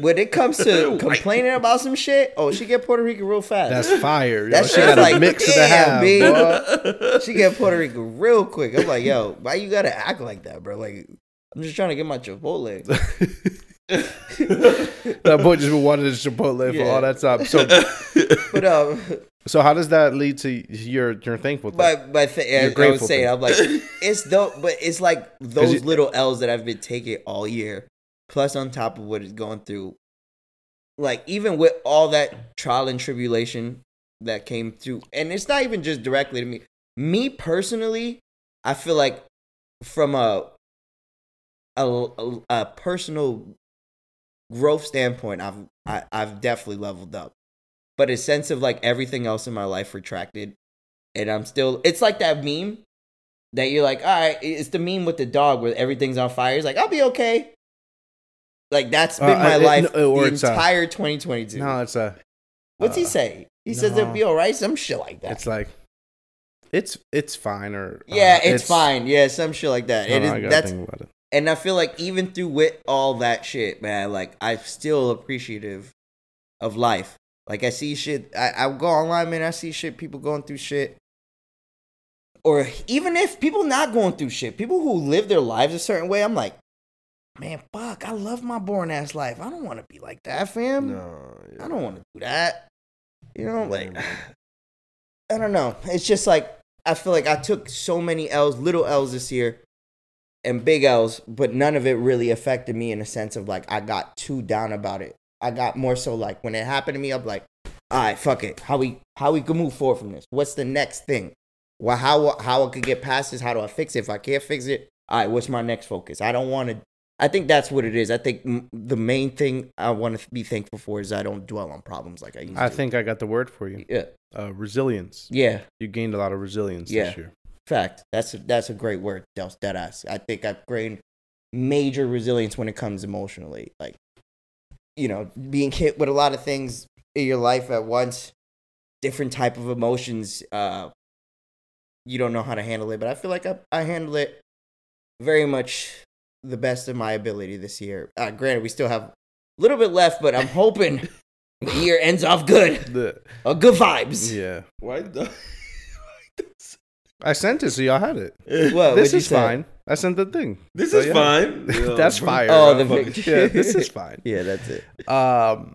S1: when it comes to
S3: White.
S1: complaining about some shit, oh, she get Puerto Rican real fast.
S2: That's fire. Yo.
S1: That
S2: she
S1: shit
S2: got a
S1: like,
S2: mix of the
S1: damn,
S2: half.
S1: B.
S2: boy.
S1: she get Puerto Rican real quick. I'm like, yo, why you gotta act like that, bro? Like, I'm just trying to get my Chipotle.
S2: That boy just been wanting his Chipotle for
S1: Yeah.
S2: all that time. So,
S1: [laughs] But um,
S2: so how does that lead to your your thankful thing?
S1: but but th- I- I was
S2: grateful
S1: saying,
S2: for-
S1: I'm like, [laughs] it's dope, but it's like those
S2: you-
S1: little L's that I've been taking all year, plus on top of what it's going through. Like even with all that trial and tribulation that came through, and it's not even just directly to me. Me personally, I feel like from a a, a, a personal growth standpoint, I've I, I've definitely leveled up, but a sense of like everything else in my life retracted, and I'm still. It's like that meme that you're like, all right, it's the meme with the dog where everything's on fire. It's like I'll be okay. Like that's been
S2: Uh,
S1: my
S2: it-
S1: life
S2: no, or
S1: the
S2: it's, uh,
S1: entire 2022.
S2: no, it's a.
S1: What's he
S2: uh,
S1: say? He says
S2: no.
S1: it'll be all right. Some shit like that.
S2: It's like, it's it's fine or
S1: yeah,
S2: uh,
S1: it's, fine. Yeah, some shit like that.
S2: No,
S1: it
S2: no,
S1: is.
S2: I gotta
S1: that's
S2: think about it.
S1: and I feel like even through with all that shit, man, like I'm still appreciative of life. Like I see shit, I, I go online, man. I see shit, people going through shit, or even if people not going through shit, people who live their lives a certain way. I'm like, man, fuck, I love my born ass life. I don't want to be like that, fam.
S3: No, yeah.
S1: I don't want to do that. You know, like
S3: Yeah,
S1: I don't know. It's just like I feel like I took so many L's, little L's this year, and big L's, but none of it really affected me in a sense of like I got too down about it. I got more so like when it happened to me, I'm like, all right, fuck it. How we how we can move forward from this? What's the next thing? Well, how how I could get past this? How do I fix it? If I can't fix it, all right, what's my next focus? I don't want to. I think that's what it is. I think mm, the main thing I want to be thankful for is I don't dwell on problems like I used
S2: I
S1: to.
S2: think I got the word for you.
S1: yeah,
S2: Uh, resilience.
S1: yeah.
S2: You gained a lot of resilience
S1: Yeah.
S2: this year.
S1: Fact. That's a, that's a great word, Del Deadass. I think I've gained major resilience when it comes emotionally. Like, you know, being hit with a lot of things in your life at once, different type of emotions. Uh, you don't know how to handle it, but I feel like I, I handle it very much the best of my ability this year. Uh, granted, we still have a little bit left, but I'm hoping the year ends off good.
S2: The,
S1: Uh, good vibes.
S2: yeah,
S3: Why the? [laughs]
S2: I sent it, so y'all had it.
S1: What, what'd
S2: this
S1: you
S2: is
S1: say?
S2: fine. I sent the thing.
S3: This
S2: So,
S3: is
S1: [laughs]
S2: yeah. [laughs]
S3: fine.
S2: That's fire.
S1: Oh,
S2: I
S1: the
S2: fuck-
S1: picture.
S2: yeah, this is fine.
S1: Yeah, that's it.
S2: Um,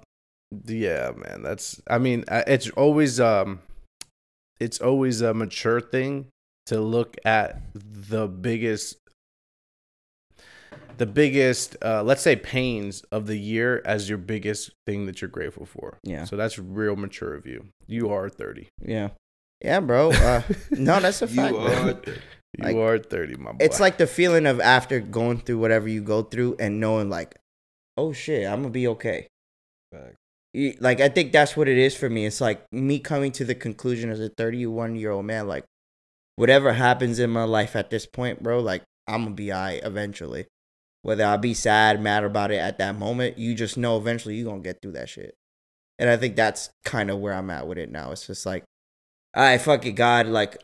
S2: yeah, man. That's. I mean, I- it's always um, it's always a mature thing to look at the biggest, the biggest, uh, let's say pains of the year as your biggest thing that you're grateful for.
S1: Yeah.
S2: So that's real mature of you. You are thirty.
S1: Yeah. Yeah, bro. Uh,
S2: [laughs]
S1: no, that's a
S3: You
S1: fact. bro.
S3: are.
S2: You
S1: Like,
S2: are thirty, my boy.
S1: [laughs] It's like the feeling of after going through whatever you go through and knowing, like, oh shit, I'm gonna be okay. You- Like, I think that's what it is for me. It's like me coming to the conclusion as a 31 year old man, like, whatever happens in my life at this point, bro, like, I'm gonna be all right eventually. Whether I be sad, mad about it at that moment, you just know eventually you're gonna get through that shit. And I think that's kind of where I'm at with it now. It's just like, all right, fuck it, God. Like,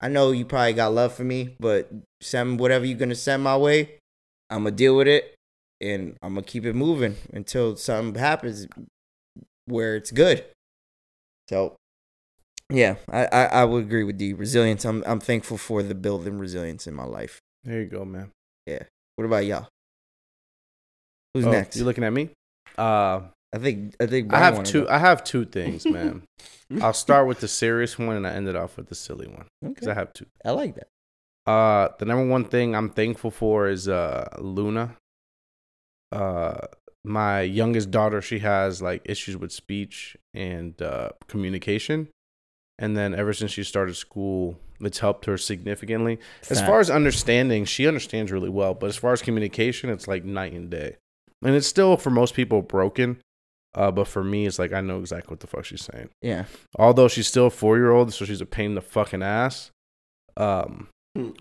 S1: I know you probably got love for me, but send whatever you're gonna send my way. I'm gonna deal with it, and I'm gonna keep it moving until something happens where it's good. So, yeah, I I, I would agree with the resilience. I'm I'm thankful for the building resilience in my life.
S2: there you go, man.
S1: What about y'all? Who's
S2: Oh,
S1: next?
S2: You looking at me? Uh,
S1: I think I think
S2: I
S1: Brian
S2: have
S1: wanted
S2: two.
S1: to-
S2: I have two things, man. I'll start with the serious one, and I ended off with the silly one because
S1: Okay.
S2: I have two.
S1: I like that.
S2: Uh, the number one thing I'm thankful for is uh Luna. Uh, my youngest daughter, she has like issues with speech and uh, communication, and then ever since she started school, it's helped her significantly. As far as understanding, she understands really well, but as far as communication, it's like night and day. And it's still for most people broken, uh, but for me, it's like I know exactly what the fuck she's saying
S1: yeah,
S2: although she's still a four year old, so she's a pain in the fucking ass. Um,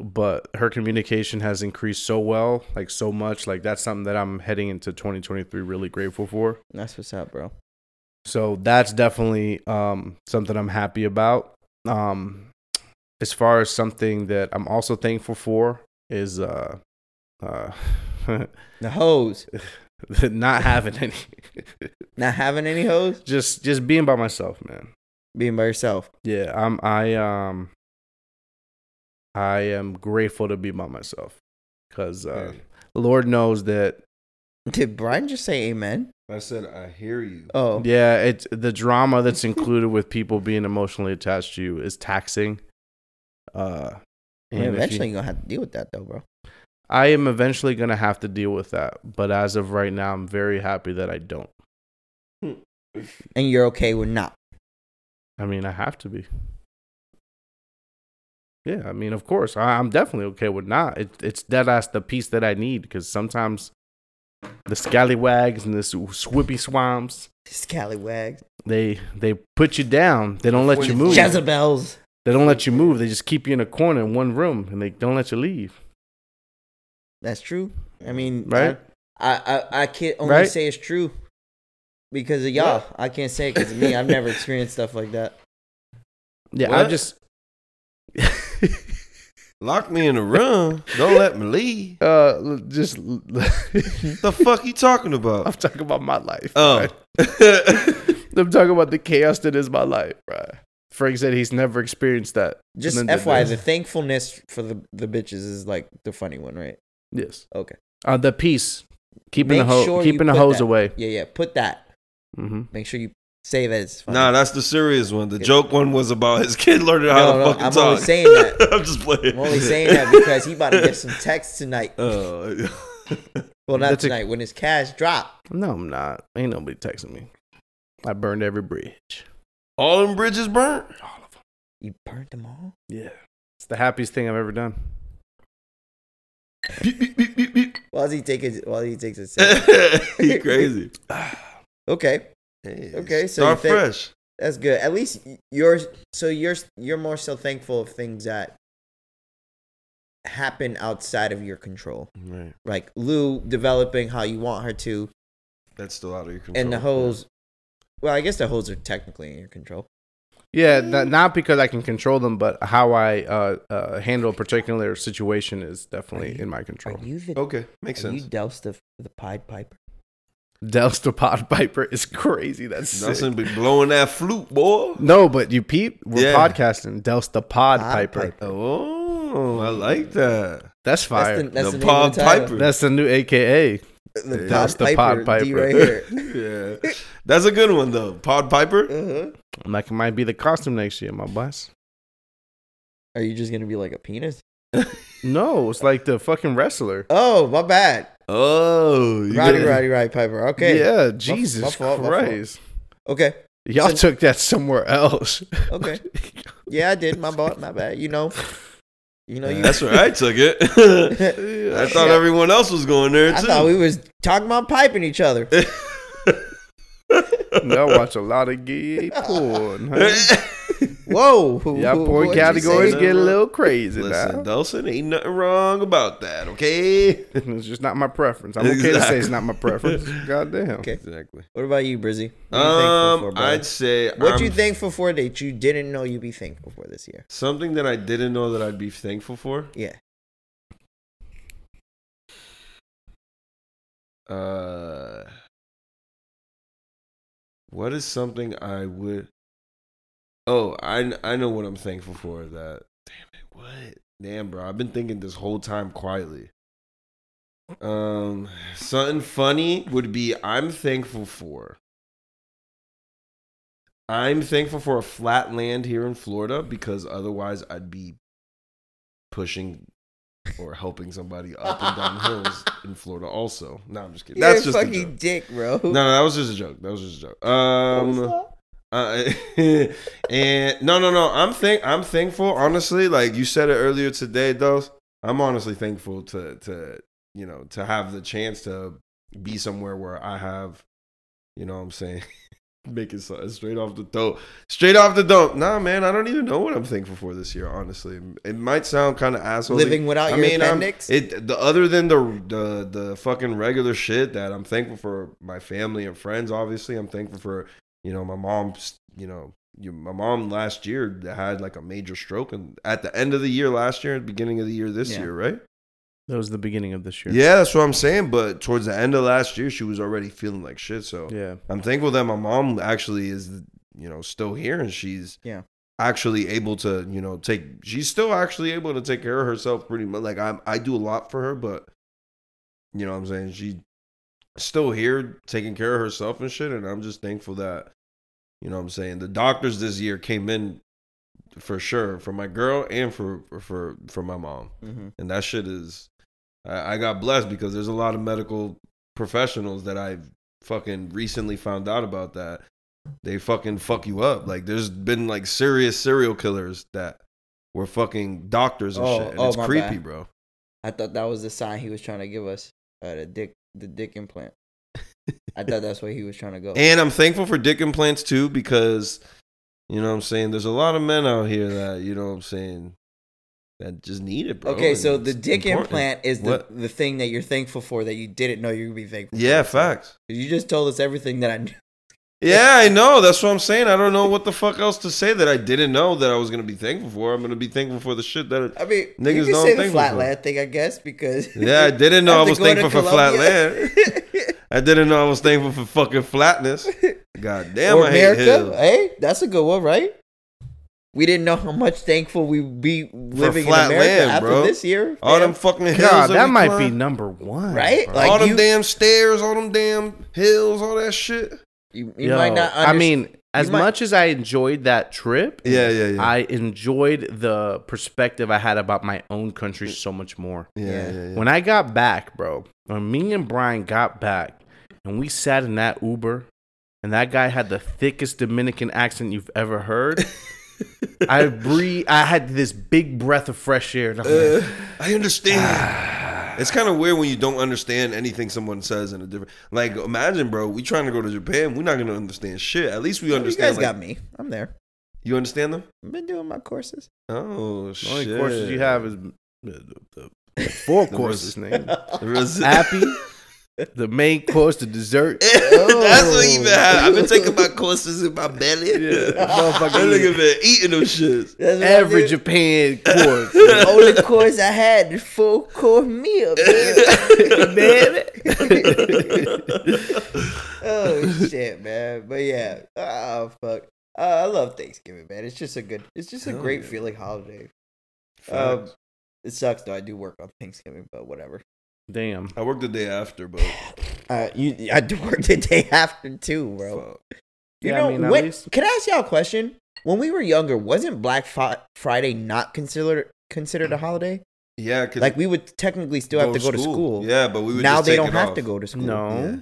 S2: but her communication has increased so well, like so much. Like that's something that I'm heading into 2023 really grateful for.
S1: That's what's up, bro.
S2: So that's definitely um, something I'm happy about. Um, as far as something that I'm also thankful for is uh, uh, [laughs]
S1: The hoes.
S2: not having any, [laughs]
S1: Not having any hoes?
S2: just just being by myself, man.
S1: Being by yourself.
S2: Yeah, I'm. I um. I am grateful to be by myself, cause uh,
S3: Amen.
S2: Lord knows that.
S1: Did Brian just say amen?
S3: I said, I hear you.
S1: Oh.
S2: Yeah, it's the
S1: [laughs]
S2: drama that's included with people being emotionally attached to you is taxing. Uh,
S1: I mean,
S2: and if you-
S1: eventually you're gonna have to deal with that though, bro.
S2: I am eventually gonna have to deal with that. But as of right now, I'm very happy that I don't.
S1: And you're okay with not.
S2: I mean, I have to be. Yeah, I mean, of course, I, I'm definitely okay with not. It, it's that that's the piece that I need because sometimes the scallywags and the s- swippy swamps
S1: Scallywags.
S2: they they put you down. They don't let you move.
S1: Jezebels.
S2: They don't let you move. They just keep you in a corner in one room and they don't let you leave.
S1: That's true. I mean
S2: Right?
S1: I I, I can only
S2: Right?
S1: say it's true. Because of y'all. I can't say it because of me. I've never experienced stuff like
S2: [laughs]
S1: that.
S2: Yeah, I
S3: What?
S2: just.
S3: Lock
S1: [laughs]
S3: me in a room. Don't let me leave.
S2: Uh, l- just [laughs] l-
S3: The fuck you talking
S2: I'm
S3: about?
S2: talking about my life.
S3: [laughs] Oh.
S2: right? I'm talking about the chaos that is my life, right? Frank said he's never experienced that.
S1: Just
S2: And then the-
S1: FYI, the thankfulness for the, the bitches is like the funny one, right?
S2: Yes.
S1: Okay.
S2: Uh, the peace, keeping the
S1: Make
S2: ho-
S1: sure you
S2: keeping the
S1: put
S2: hose
S1: that-
S2: away.
S1: Yeah, yeah. Put that.
S2: hmm
S1: Make sure you say that it's funny.
S3: [laughs] nah, that's the serious one. The joke one was about his kid learning
S1: No,
S3: how to
S1: no,
S3: fucking
S1: I'm
S3: talk.
S1: only saying that.
S3: [laughs] I'm just playing.
S1: I'm only
S3: [laughs]
S1: saying that because he about to get some texts tonight.
S3: Oh. [laughs]
S1: Well, not
S2: That's a-
S1: tonight. when his cash drop,
S2: No, I'm not. Ain't nobody texting me. I burned every bridge.
S3: All them bridges burnt?
S2: All of them.
S1: you burnt them all.
S2: Yeah. It's the happiest thing I've ever done.
S3: Beep, beep, beep, beep, beep.
S1: While he takes, while he takes a
S3: [laughs]
S1: sip.
S3: he crazy.
S1: okay,
S3: Hey,
S1: Okay, so
S3: start
S1: you think-
S3: fresh.
S1: that's good. At least you're so you're you're more so thankful of things that happen outside of your control,
S3: Right.
S1: like Lou developing how you want her to,
S3: That's still out of your control.
S1: and the hoes. Well, I guess the hoes are technically in your control.
S2: Yeah, not, not because I can control them, but how I uh, uh, handle a particular situation is
S1: Are
S2: definitely
S1: you-
S2: in my control.
S1: you the
S3: Okay, makes sense.
S1: doused the the Pied Piper?
S2: Delsta Pod [laughs] Piper is crazy. That's sick.
S3: Nelson be blowing that flute, boy.
S1: [laughs]
S2: No, but you peep, we're
S3: Yeah.
S2: podcasting. Delsta Pod
S1: Pod
S2: Piper.
S1: Piper.
S3: Oh, I like that.
S2: That's fire.
S1: That's the, that's the,
S3: The
S1: name of
S3: Pied
S1: the title.
S3: Piper.
S2: That's the new AKA.
S1: The Pied
S2: That's the Pied
S1: Piper D
S2: Piper.
S1: right here.
S3: Yeah, that's a good one though. Pod Piper.
S1: Uh-huh.
S2: Like it might be the costume next year, my boss.
S1: Are you just gonna be like a penis?
S2: No, it's like the fucking wrestler.
S1: Oh, my bad.
S3: Oh, you
S1: Roddy,
S3: good.
S1: Roddy, Roddy Piper. Okay.
S2: Yeah, Jesus
S1: my fault, my fault.
S2: Christ.
S1: Okay.
S2: Y'all
S1: So-
S2: took that somewhere else.
S1: Okay. Yeah, I did. My bad. My bad. You know. You know. You,
S3: That's where I took
S1: [laughs]
S3: it. I thought
S1: Yeah.
S3: everyone else was going there
S1: I
S3: too. [laughs]
S1: thought we was talking about piping each other.
S2: Y'all watch a lot of gay porn. Huh?
S1: Whoa.
S2: Y'all
S1: What
S2: porn
S1: you
S2: categories
S1: say?
S2: get a little crazy
S3: Listen,
S2: now.
S3: Dawson, ain't nothing wrong about that. Okay.
S2: [laughs] It's just not my preference. I'm okay to say it's not my preference. Goddamn.
S1: Okay.
S3: Exactly.
S1: What about you, Brizzy? What you thankful for,
S3: Um,
S1: brother?
S3: I'd say
S1: What
S3: I'm
S1: you thankful for that you didn't know you'd be thankful for this year?
S3: Something that I didn't know that I'd be thankful for.
S1: Yeah.
S3: Uh, what is something I would? Oh, I I know what I'm thankful for. That damn it, what? Damn, bro, I've been thinking this whole time quietly. Um, something funny would be I'm thankful for. I'm thankful for a flat land here in Florida because otherwise I'd be pushing or helping somebody up and down hills in Florida. Also, no, I'm just kidding. That's
S1: You're
S3: just
S1: a
S3: a
S1: fucking
S3: joke.
S1: dick,
S3: [laughs]
S1: bro.
S3: No,
S1: [laughs]
S3: no, that was just a joke. That was just a joke.
S1: What was
S3: Um,
S1: that?
S3: uh, [laughs] and no, no, no. I'm thank I'm thankful. Honestly, like you said it earlier today, though. I'm honestly thankful to to you know to have the chance to be somewhere where I have, you know, what I'm saying [laughs] Make it so- straight off the dope. Straight off the dope. Nah, man, I don't even know what I'm thankful for this year, honestly. It might sound kind of asshole.
S1: Living without your
S3: I'm-
S1: appendix?
S3: um, it the other than the the the fucking regular shit that I'm thankful for my family and friends. Obviously, I'm thankful for you know my mom's you know you, my mom last year had like a major stroke and at the end of the year last year and beginning of the year this
S1: Yeah.
S3: year, right?
S2: That was the beginning of this year.
S3: Yeah, that's what I'm saying. But towards the end of last year, she was already feeling like shit. So
S2: Yeah.
S3: I'm thankful that my mom actually is, you know, still here and she's
S1: Yeah.
S3: actually able to, you know, take. She's still actually able to take care of herself pretty much. Like I, I do a lot for her, but you know, what I'm saying she's still here taking care of herself and shit. And I'm just thankful that, you know, what I'm saying the doctors this year came in for sure for my girl and for for for my mom
S1: Mm-hmm.
S3: and that shit is I, I got blessed because there's a lot of medical professionals that I've fucking recently found out about that they fucking fuck you up. Like there's been like serious serial killers that were fucking doctors and
S1: Oh,
S3: shit. And
S1: oh,
S3: it's
S1: my
S3: creepy,
S1: bad.
S3: bro.
S1: I thought that was the sign he was trying to give us. Uh, the dick, the dick
S3: [laughs]
S1: implant. I thought that's where he was trying to go.
S3: And I'm thankful for dick implants too because you know what I'm saying there's a lot of men out here that you know what I'm saying that just need it, bro.
S1: okay,
S3: and
S1: so the
S3: it's
S1: dick
S3: important.
S1: implant is the,
S3: What?
S1: the thing that you're thankful for that you didn't know you would be thankful.
S3: Yeah,
S1: for.
S3: facts.
S1: You just told us everything that I knew.
S3: Yeah, I know. That's what I'm saying. I don't know what the fuck else to say that I didn't know that I was gonna be thankful for. I'm gonna be thankful for the shit that.
S1: I mean,
S3: Niggas
S1: you can say the
S3: don't thankful for.
S1: flatland thing, I guess, because
S3: yeah,
S1: [laughs]
S3: I didn't know I
S1: after
S3: was
S1: going to
S3: thankful for flat land.
S1: [laughs] Colombia-
S3: I didn't know I was thankful for fucking flatness. God damn,
S1: or
S3: I hate
S1: America,
S3: hills.
S1: hey, that's a good one, right? We didn't know how much thankful we'd be living in
S3: flat
S1: America
S3: land,
S1: after
S3: bro.
S1: this year.
S3: All
S1: fam.
S3: them fucking hills.
S2: God, that
S3: we
S2: might be
S3: climb.
S2: number one.
S1: Right?
S2: bro.
S1: Like-
S3: all them
S1: you-
S3: damn stairs, all them damn hills, all that shit.
S1: you, you
S2: Yo,
S1: might not.
S2: I
S1: underst-
S2: mean, as
S1: might-
S2: much as I enjoyed that trip,
S3: Yeah, yeah, yeah.
S2: I enjoyed the perspective I had about my own country so much more.
S3: yeah, yeah,
S1: Yeah.
S3: yeah.
S2: When I got back, bro, when me and Brian got back and we sat in that Uber and that guy had the thickest Dominican accent you've ever
S3: [laughs]
S2: heard, I breathe I had this big breath of fresh air. And I'm like,
S3: Uh, I understand.
S1: [sighs]
S3: it's kind of weird when you don't understand anything someone says in a different. Like, imagine, bro, we trying to go to Japan. We're not gonna understand shit. At least we
S1: you guys
S3: understand. like-
S1: got me. I'm there.
S3: You understand them?
S1: I've been doing my courses.
S3: Oh
S2: the
S3: shit!
S2: only courses you
S3: [laughs]
S2: have is uh, four courses, nigga.
S3: [laughs] There is-
S2: Happy, the main course, the dessert.
S3: [laughs] That's what you
S1: Oh.
S3: been having. I've been
S1: [laughs]
S3: taking my courses in my [laughs] belly.
S2: [laughs] Yeah,
S3: That nigga been eating them [laughs] shits.
S1: That's what I
S2: Every
S1: did.
S2: Japan [laughs] course.
S1: The [laughs] only course I had is full course meal, man. [laughs] oh shit, man. But yeah, oh fuck. Uh, I love Thanksgiving, man. It's just a good. It's just a
S3: Hell
S1: great
S3: yeah.
S1: feeling holiday. Um, it sucks though. I do work on Thanksgiving, but whatever.
S2: Damn.
S3: I worked the day after, but
S1: Uh, you, I do work the day [laughs] after too, bro.
S3: fuck.
S1: You
S2: Yeah, I
S1: know,
S2: mean, at
S1: when-
S2: least-
S1: can I ask y'all a question? When we were younger, wasn't Black Fri- Friday not considered considered a holiday?
S3: yeah, cause
S1: Like we would technically still have to go to school.
S3: Yeah, but we would
S1: now
S3: just
S1: they
S3: take
S1: don't
S3: it
S1: have
S3: off.
S1: to go to school.
S2: No.
S3: Yeah.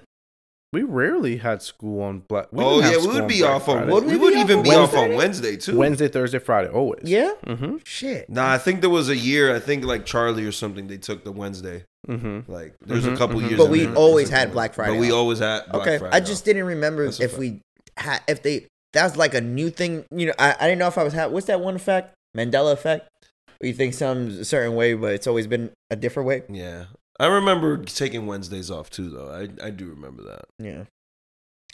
S2: We rarely had school on Black.
S3: oh
S2: didn't have
S3: yeah, we
S2: school
S3: would
S2: on
S3: be
S2: Black
S3: off on.
S2: Friday.
S1: Would
S3: We,
S1: we
S3: would
S1: be
S3: even
S1: off
S3: be
S1: on
S3: off on
S1: Wednesday?
S3: Wednesday too.
S2: Wednesday, Thursday, Friday, always.
S1: Yeah.
S2: Mm-hmm.
S1: Shit.
S3: Nah, I think there was a year. I think like Charlie or something. They took the Wednesday.
S2: Mm-hmm.
S3: Like there's a
S2: Mhm,
S3: couple
S2: mhm.
S3: years.
S2: But
S3: in
S1: we
S3: there that
S1: always
S3: took
S1: had
S3: the
S1: Black
S3: Wednesday. But
S1: Friday
S3: we
S1: off.
S3: always had Black
S1: okay.
S3: Friday
S1: I just
S3: off.
S1: didn't remember
S3: That's a
S1: if
S3: fact.
S1: we had if they that's like a new thing. You know, I, I didn't know if I was ha- what's that one effect? Mandela effect. Where you think some certain way, but it's always been a different way.
S3: Yeah. I remember taking Wednesdays off too, though. I, I do remember that.
S1: Yeah.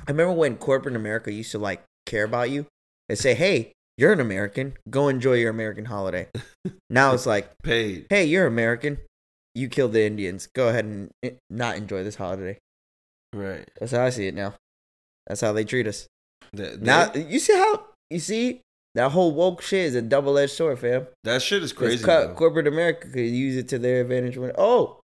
S1: I remember when corporate America used to like care about you and say, "Hey, you're an American. Go enjoy your American
S3: [laughs]
S1: holiday." now it's like,
S3: Paid.
S1: "Hey, you're American. You killed the Indians. Go ahead and eh, not enjoy this holiday."
S3: Right.
S1: That's how I see it now. That's how they treat us.
S3: That,
S1: Now
S3: that,
S1: you see how you see that whole woke shit is a double edged sword, fam.
S3: that shit is
S1: 'Cause
S3: crazy.
S1: co-
S3: though.
S1: corporate America could use it to their advantage. When oh,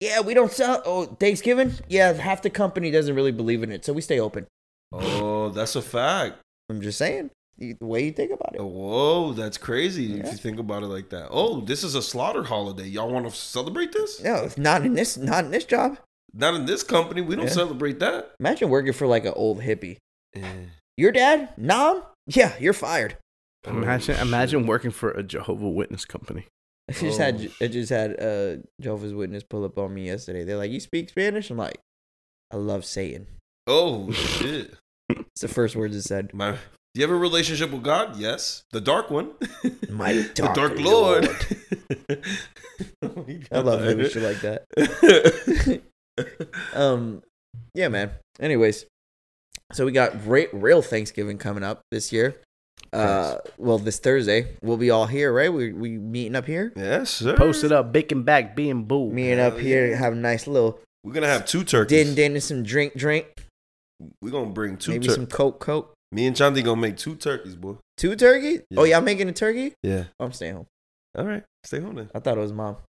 S1: yeah, we don't sell. Oh, Thanksgiving. Yeah, half the company doesn't really believe in it, so we stay open.
S3: oh, that's a fact. Oh,
S1: I'm just saying you- the way you think about it.
S3: Whoa, that's crazy if
S1: Yeah.
S3: you think about it like that. Oh, this is a slaughter holiday. Y'all want to celebrate this?
S1: No, it's not in this. Not in this job.
S3: Not in this company. We don't
S1: Yeah.
S3: celebrate that.
S1: Imagine working for like an old hippie.
S3: Yeah.
S1: Your dad, nom. Yeah, you're fired.
S2: Imagine,
S3: Oh,
S2: imagine working for a Jehovah Witness company.
S1: I just
S3: Oh,
S1: had I
S3: shit.
S1: just had uh Jehovah's Witness pull up on me yesterday. They're like, "You speak Spanish?" I'm like, "I love Satan."
S3: Oh shit.
S1: It's the first words it
S3: [laughs]
S1: said.
S3: My, do you have a relationship with God? Yes, the dark one, [laughs]
S1: My
S3: the
S1: dark,
S3: dark
S1: lord.
S3: lord. Oh my
S1: I love
S3: God.
S1: movies shit like that. [laughs] Um, yeah, man. Anyways, so we got ra- real Thanksgiving coming up this year. Uh, well, this Thursday we'll be all here, right? We we meeting up here,
S3: yes, sir.
S2: Post it up, bacon back, being boo. [laughs]
S1: meeting up
S3: Hell
S1: here,
S3: yeah.
S1: have a nice little
S3: We're gonna have two turkeys.
S1: din din and some drink drink,
S3: We're gonna bring two
S1: maybe
S3: turkeys.
S1: some coke coke.
S3: Me and Chanti gonna make two turkeys, boy.
S1: Two turkey? Oh,
S3: Yeah.
S1: y'all making a turkey?
S3: Yeah.
S1: Oh, I'm staying home.
S3: All right. Stay home
S1: I thought it was mom.
S3: then.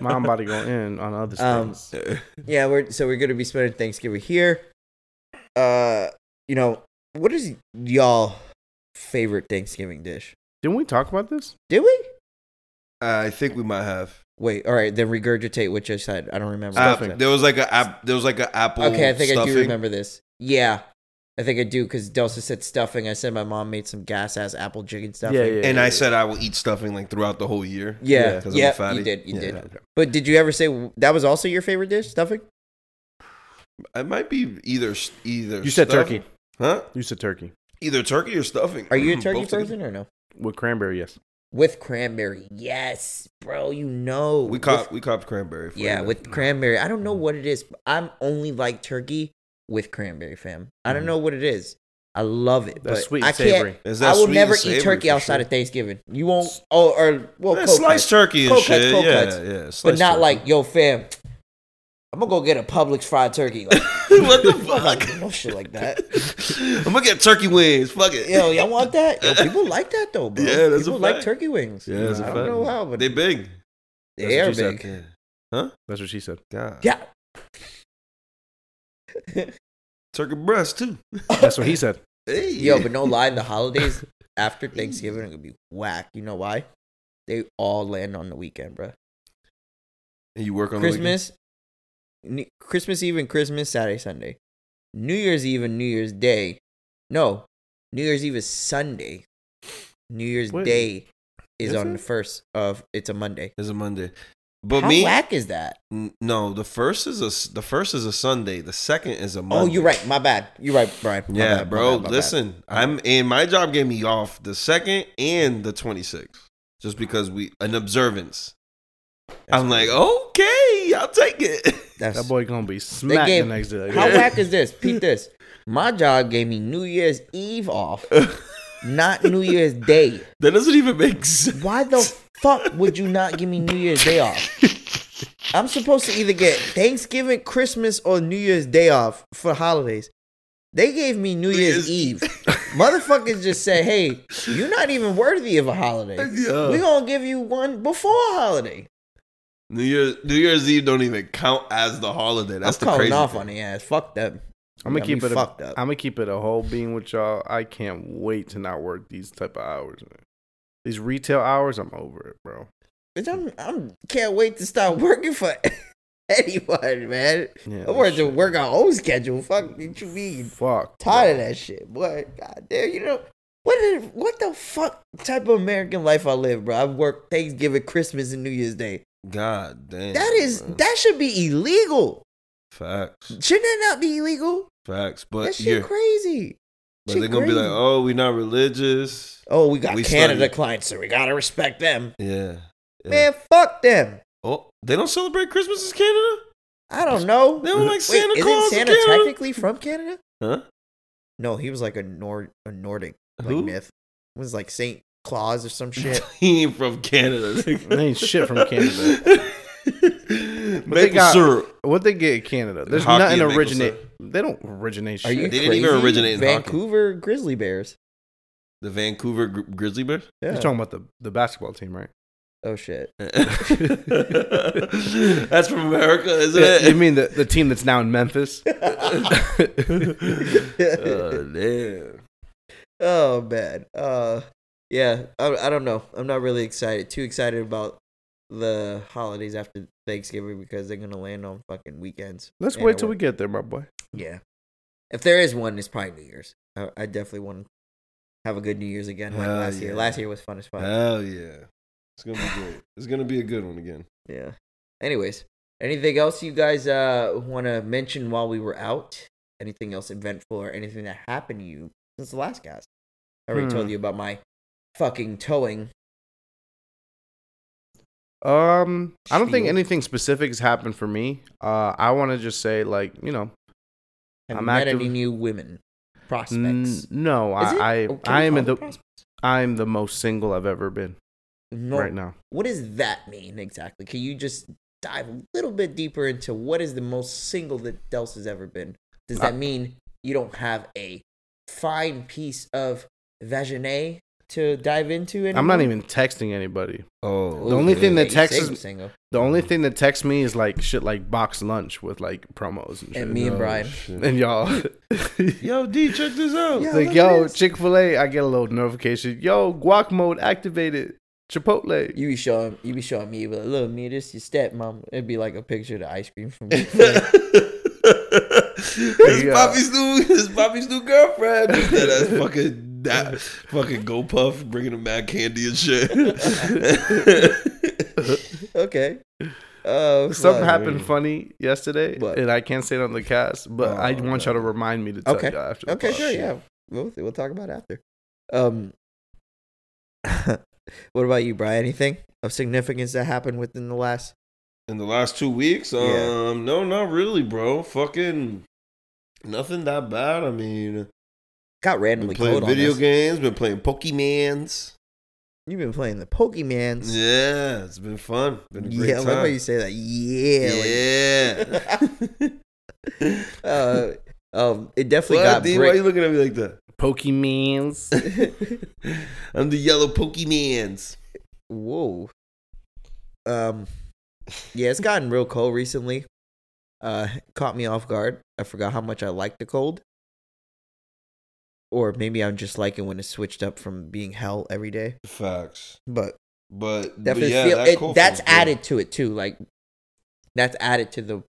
S2: Mom about to go in on other
S1: Um,
S2: things.
S3: [laughs]
S1: Yeah, we're so we're gonna be spending Thanksgiving here. Uh, you know what is y'all favorite Thanksgiving dish?
S2: Didn't we talk about this?
S1: Did we?
S3: Uh, I think we might have.
S1: Wait, all right, then regurgitate what you said. I don't remember.
S3: Uh,
S1: what you
S2: Stuffing.
S1: said.
S3: there was like a app. There was like a apple.
S1: Okay, I think I
S3: stuffing.
S1: do remember this. Yeah, I think I do because Delsa said stuffing. I said my mom made some gas ass apple chicken stuffing.
S2: Yeah, yeah.
S3: And I said I will eat stuffing like throughout the whole year.
S1: Yeah,
S3: 'cause I'm a
S1: yeah,
S3: fatty.
S1: you did, you
S3: Yeah.
S1: did. But did you ever say w- that was also your favorite dish, stuffing?
S3: It might be either s- either.
S2: You said
S3: stuff-
S2: turkey.
S3: huh?
S2: You said turkey
S3: Either turkey or stuffing. Mm,
S1: Are
S3: [laughs]
S1: you a turkey
S3: Both together.
S1: person or no?
S2: with cranberry. Yes.
S1: With cranberry, yes, bro. You know
S3: We
S1: With-
S3: caught we caught cranberry. For
S1: yeah,
S3: you.
S1: with cranberry. I don't know what it is. I'm only like turkey with cranberry, fam. I
S3: Mm-hmm.
S1: don't know what it is. I love it.
S2: That's
S1: but
S2: sweet
S1: I
S2: and
S1: can't.
S2: savory.
S3: Is
S1: I
S3: that
S1: will
S3: sweet
S1: never
S3: and savory
S1: eat turkey
S3: for
S1: outside
S3: sure?
S1: of Thanksgiving. You won't. Oh, or well,
S3: Yeah,
S1: cold
S3: sliced
S1: cuts,
S3: turkey and
S1: Cold cuts,
S3: shit.
S1: cold
S3: yeah,
S1: cuts.
S3: yeah. Sliced
S1: but not
S3: turkey.
S1: like yo, fam. I'm gonna go get a Publix fried turkey. Like,
S3: [laughs] [laughs]
S1: [laughs]
S3: what the
S1: like,
S3: fuck?
S1: no shit like that.
S3: [laughs] I'm gonna get turkey wings. Fuck it.
S1: Yo, y'all want that? Yo, people like that though, bro.
S3: [laughs] Yeah, that's a
S1: people like
S3: fact.
S1: turkey wings.
S3: Yeah, that's a
S1: I
S3: fact.
S1: don't know how, but
S3: they
S1: they,
S3: big.
S1: they
S3: That's
S1: are
S3: what you said.
S1: big.
S2: That's what she said.
S3: God.
S1: Yeah.
S3: Turkey breast too.
S2: That's what he said.
S3: Hey.
S1: Yo, but no lie, the
S3: [laughs]
S1: holidays after Thanksgiving are gonna be whack. You know why? They all land on the weekend, bro.
S3: And you work on the weekend?
S1: Christmas, New, Christmas Eve and Christmas Saturday, Sunday, New Year's Eve and New Year's Day. No, New Year's Eve is Sunday. New Year's
S2: Wait,
S1: Day is,
S2: is
S1: on
S2: it?
S1: the first of. It's a Monday.
S3: is a Monday. But
S1: How
S3: me,
S1: whack is that?
S3: n- no. The first is a s- the first is a Sunday. The second is a
S1: Oh,
S3: Monday.
S1: you're right. My bad. You're right, Brian. My
S3: Yeah,
S1: bad, my
S3: bro.
S1: bad, my bad.
S3: listen,
S1: My
S3: I'm and my job gave me off the second and the 26th just because we an observance. I'm like, okay, I'll take it. [laughs]
S1: That's,
S2: That boy gonna be smacked
S1: gave-
S2: the next day.
S1: How
S2: Yeah.
S1: whack is this?
S3: [laughs]
S1: Peep this. My job gave me New Year's Eve off, not New Year's Day.
S3: that doesn't even make [laughs] sense.
S1: Why the fuck would you not give me New Year's Day off? I'm supposed to either get Thanksgiving, Christmas, or New Year's Day off for holidays. They gave me New Year's
S3: Year's-
S1: Eve.
S3: [laughs]
S1: Motherfuckers just said, hey, you're not even worthy of a holiday.
S3: Yeah.
S1: we going to give you one before holiday.
S3: New Year's New Year's Eve don't even count as the holiday. That's
S1: I'm
S3: the
S1: calling
S3: crazy.
S1: off
S3: thing.
S1: on the ass. Fuck them.
S2: I'm gonna
S1: Got me
S2: keep it. A,
S1: fucked up.
S2: I'm gonna keep it a whole bean with y'all. I can't wait to not work these type of hours. Man. These retail hours, I'm over it, bro.
S1: Bitch, I'm, I'm can't wait to start working for [laughs] anyone, man.
S2: Yeah,
S1: I'm working to
S2: that shit-
S1: work on own schedule. Fuck, did you mean?
S2: Fuck.
S1: Tired
S2: bro.
S1: of that shit, boy. God damn, you know what? Is, what the fuck type of American life I live, bro? I work Thanksgiving, Christmas, and New Year's Day.
S3: God damn.
S1: That is
S3: bro.
S1: that should be illegal.
S3: facts.
S1: Shouldn't that not be illegal?
S3: Facts.
S1: That
S3: But
S1: shit
S3: you're
S1: crazy.
S3: but
S1: shit
S3: they're gonna be like,
S1: crazy.
S3: oh, we're not religious.
S1: Oh, we got
S3: We
S1: Canada
S3: started-
S1: clients, so we gotta respect them.
S3: Yeah. yeah.
S1: Man, fuck them.
S3: Oh, they don't celebrate Christmas in Canada?
S1: I don't know.
S3: They don't like
S1: Wait,
S3: Santa
S1: isn't
S3: Claus in
S1: Santa
S3: Canada?
S1: technically from Canada?
S3: Huh?
S1: No, he was like a Nord, a Nordic like
S3: Who?
S1: myth. It was like Saint Claus or some shit.
S3: [laughs] He ain't from
S2: [laughs]
S3: Canada.
S2: That ain't shit from Canada.
S1: [laughs]
S3: [laughs] Maple
S2: they got-
S3: syrup.
S2: What they get in Canada? There's
S3: Hockey
S2: nothing
S3: and maple
S2: originate. They don't originate shit.
S1: Are you
S3: They didn't even
S1: crazy?
S3: originate in hockey.
S1: Vancouver Grizzly Bears?
S3: The Vancouver Gri- Grizzly Bears.
S1: Yeah.
S2: You're talking about the, the basketball team, right?
S1: oh shit.
S3: [laughs]
S1: [laughs]
S3: That's from America, isn't
S2: Yeah,
S3: it? [laughs]
S2: you mean [laughs] the, the team that's now
S1: [laughs]
S2: in Memphis?
S3: oh, damn.
S1: Oh man. Uh, yeah. I, I don't know. I'm not really excited. Too excited about the holidays after Thanksgiving because they're gonna land on fucking weekends.
S2: Let's
S1: And I
S2: wait till we
S1: work-
S2: get there, my boy.
S1: Yeah. If there is one, it's probably New Year's. I, I definitely want to have a good New Year's again. Like
S3: Hell
S1: last year.
S3: yeah.
S1: Last year was fun as fuck.
S3: Hell yeah. It's gonna be great. It's gonna be a good one again.
S1: Yeah. Anyways, anything else you guys uh want to mention while we were out? anything else eventful or anything that happened to you since the last cast. I already
S2: Hmm.
S1: told you about my fucking towing.
S2: Um, I don't think
S1: Spiel.
S2: anything specific has happened for me. Uh, I want to just say, like, you know,
S1: Have you
S2: I'm
S1: met
S2: active-
S1: any new women
S2: n-
S1: prospects?
S2: no,
S1: Is it-
S2: I,
S1: oh, can
S2: I, I
S1: we call
S2: am in
S1: them
S2: the,
S1: prospects?
S2: I'm the most single I've ever been
S1: No.
S2: right now.
S1: What does that mean exactly? Can you just dive a little bit deeper into what is the most single that Dels has ever been? Does that mean you don't have a fine piece of vaginae to dive into? Anymore?
S2: I'm not even texting anybody.
S3: Oh,
S2: The only thing
S1: yeah,
S2: that
S1: you say
S2: texts-
S1: you're single.
S2: The only thing that texts me is like shit, like box lunch with like promos and shit.
S1: And me and Brian.
S2: [laughs]
S1: [laughs]
S2: and y'all.
S3: Oh, Yo, D, check this out.
S1: Yeah, look
S2: like
S1: at
S2: yo,
S1: this.
S2: Chick Fil A. I get a little notification. Yo, guac mode activated. Chipotle.
S1: You be showing, you be showing me, but look, me, this your stepmom. It'd be like a picture of the ice cream
S2: [laughs]
S1: from.
S3: [laughs] It's
S2: Yeah.
S3: Poppy's new, it's Poppy's new girlfriend. Just
S1: [laughs]
S3: that ass fucking that fucking go puff, bringing him mad candy
S1: [laughs]
S3: and shit.
S1: okay. Oh,
S2: Something
S1: fuck.
S2: happened funny yesterday,
S1: What?
S2: and I can't say it on the cast, but
S3: Oh,
S2: I want
S3: okay.
S2: y'all to remind me to tell
S1: Okay.
S2: y'all after. The
S1: Okay,
S2: pod.
S1: sure, yeah. We'll, we'll talk about it after. Um, [laughs] what about you, Brian? Anything of significance that happened within the last?
S3: In the last two weeks, um,
S1: Yeah.
S3: no, not really, bro. Fucking nothing that bad. I mean,
S1: Got
S3: been
S1: randomly
S3: playing
S1: cold video
S3: video
S1: on this.
S3: games, been playing Pokemans.
S1: You've been playing the Pokemans.
S3: Yeah, it's been fun. Been a great
S1: yeah, I like how
S3: time.
S1: you say that. Yeah.
S3: yeah.
S1: [laughs] like- uh, um, it definitely
S3: What,
S1: got
S3: D? Why
S1: brick-
S3: you looking at me like that?
S1: [laughs]
S2: Pokemans.
S3: [laughs] I'm the yellow Pokemans.
S1: Whoa. Um yeah, it's gotten real cold recently. Uh caught me off guard. I forgot how much I like the cold. Or maybe I'm just liking when it's switched up from being hell every day.
S3: Facts.
S1: But
S3: But but
S1: definitely
S3: yeah,
S1: feel
S3: that
S1: it,
S3: cold
S1: that's
S3: feels good.
S1: added to it too. Like that's added to the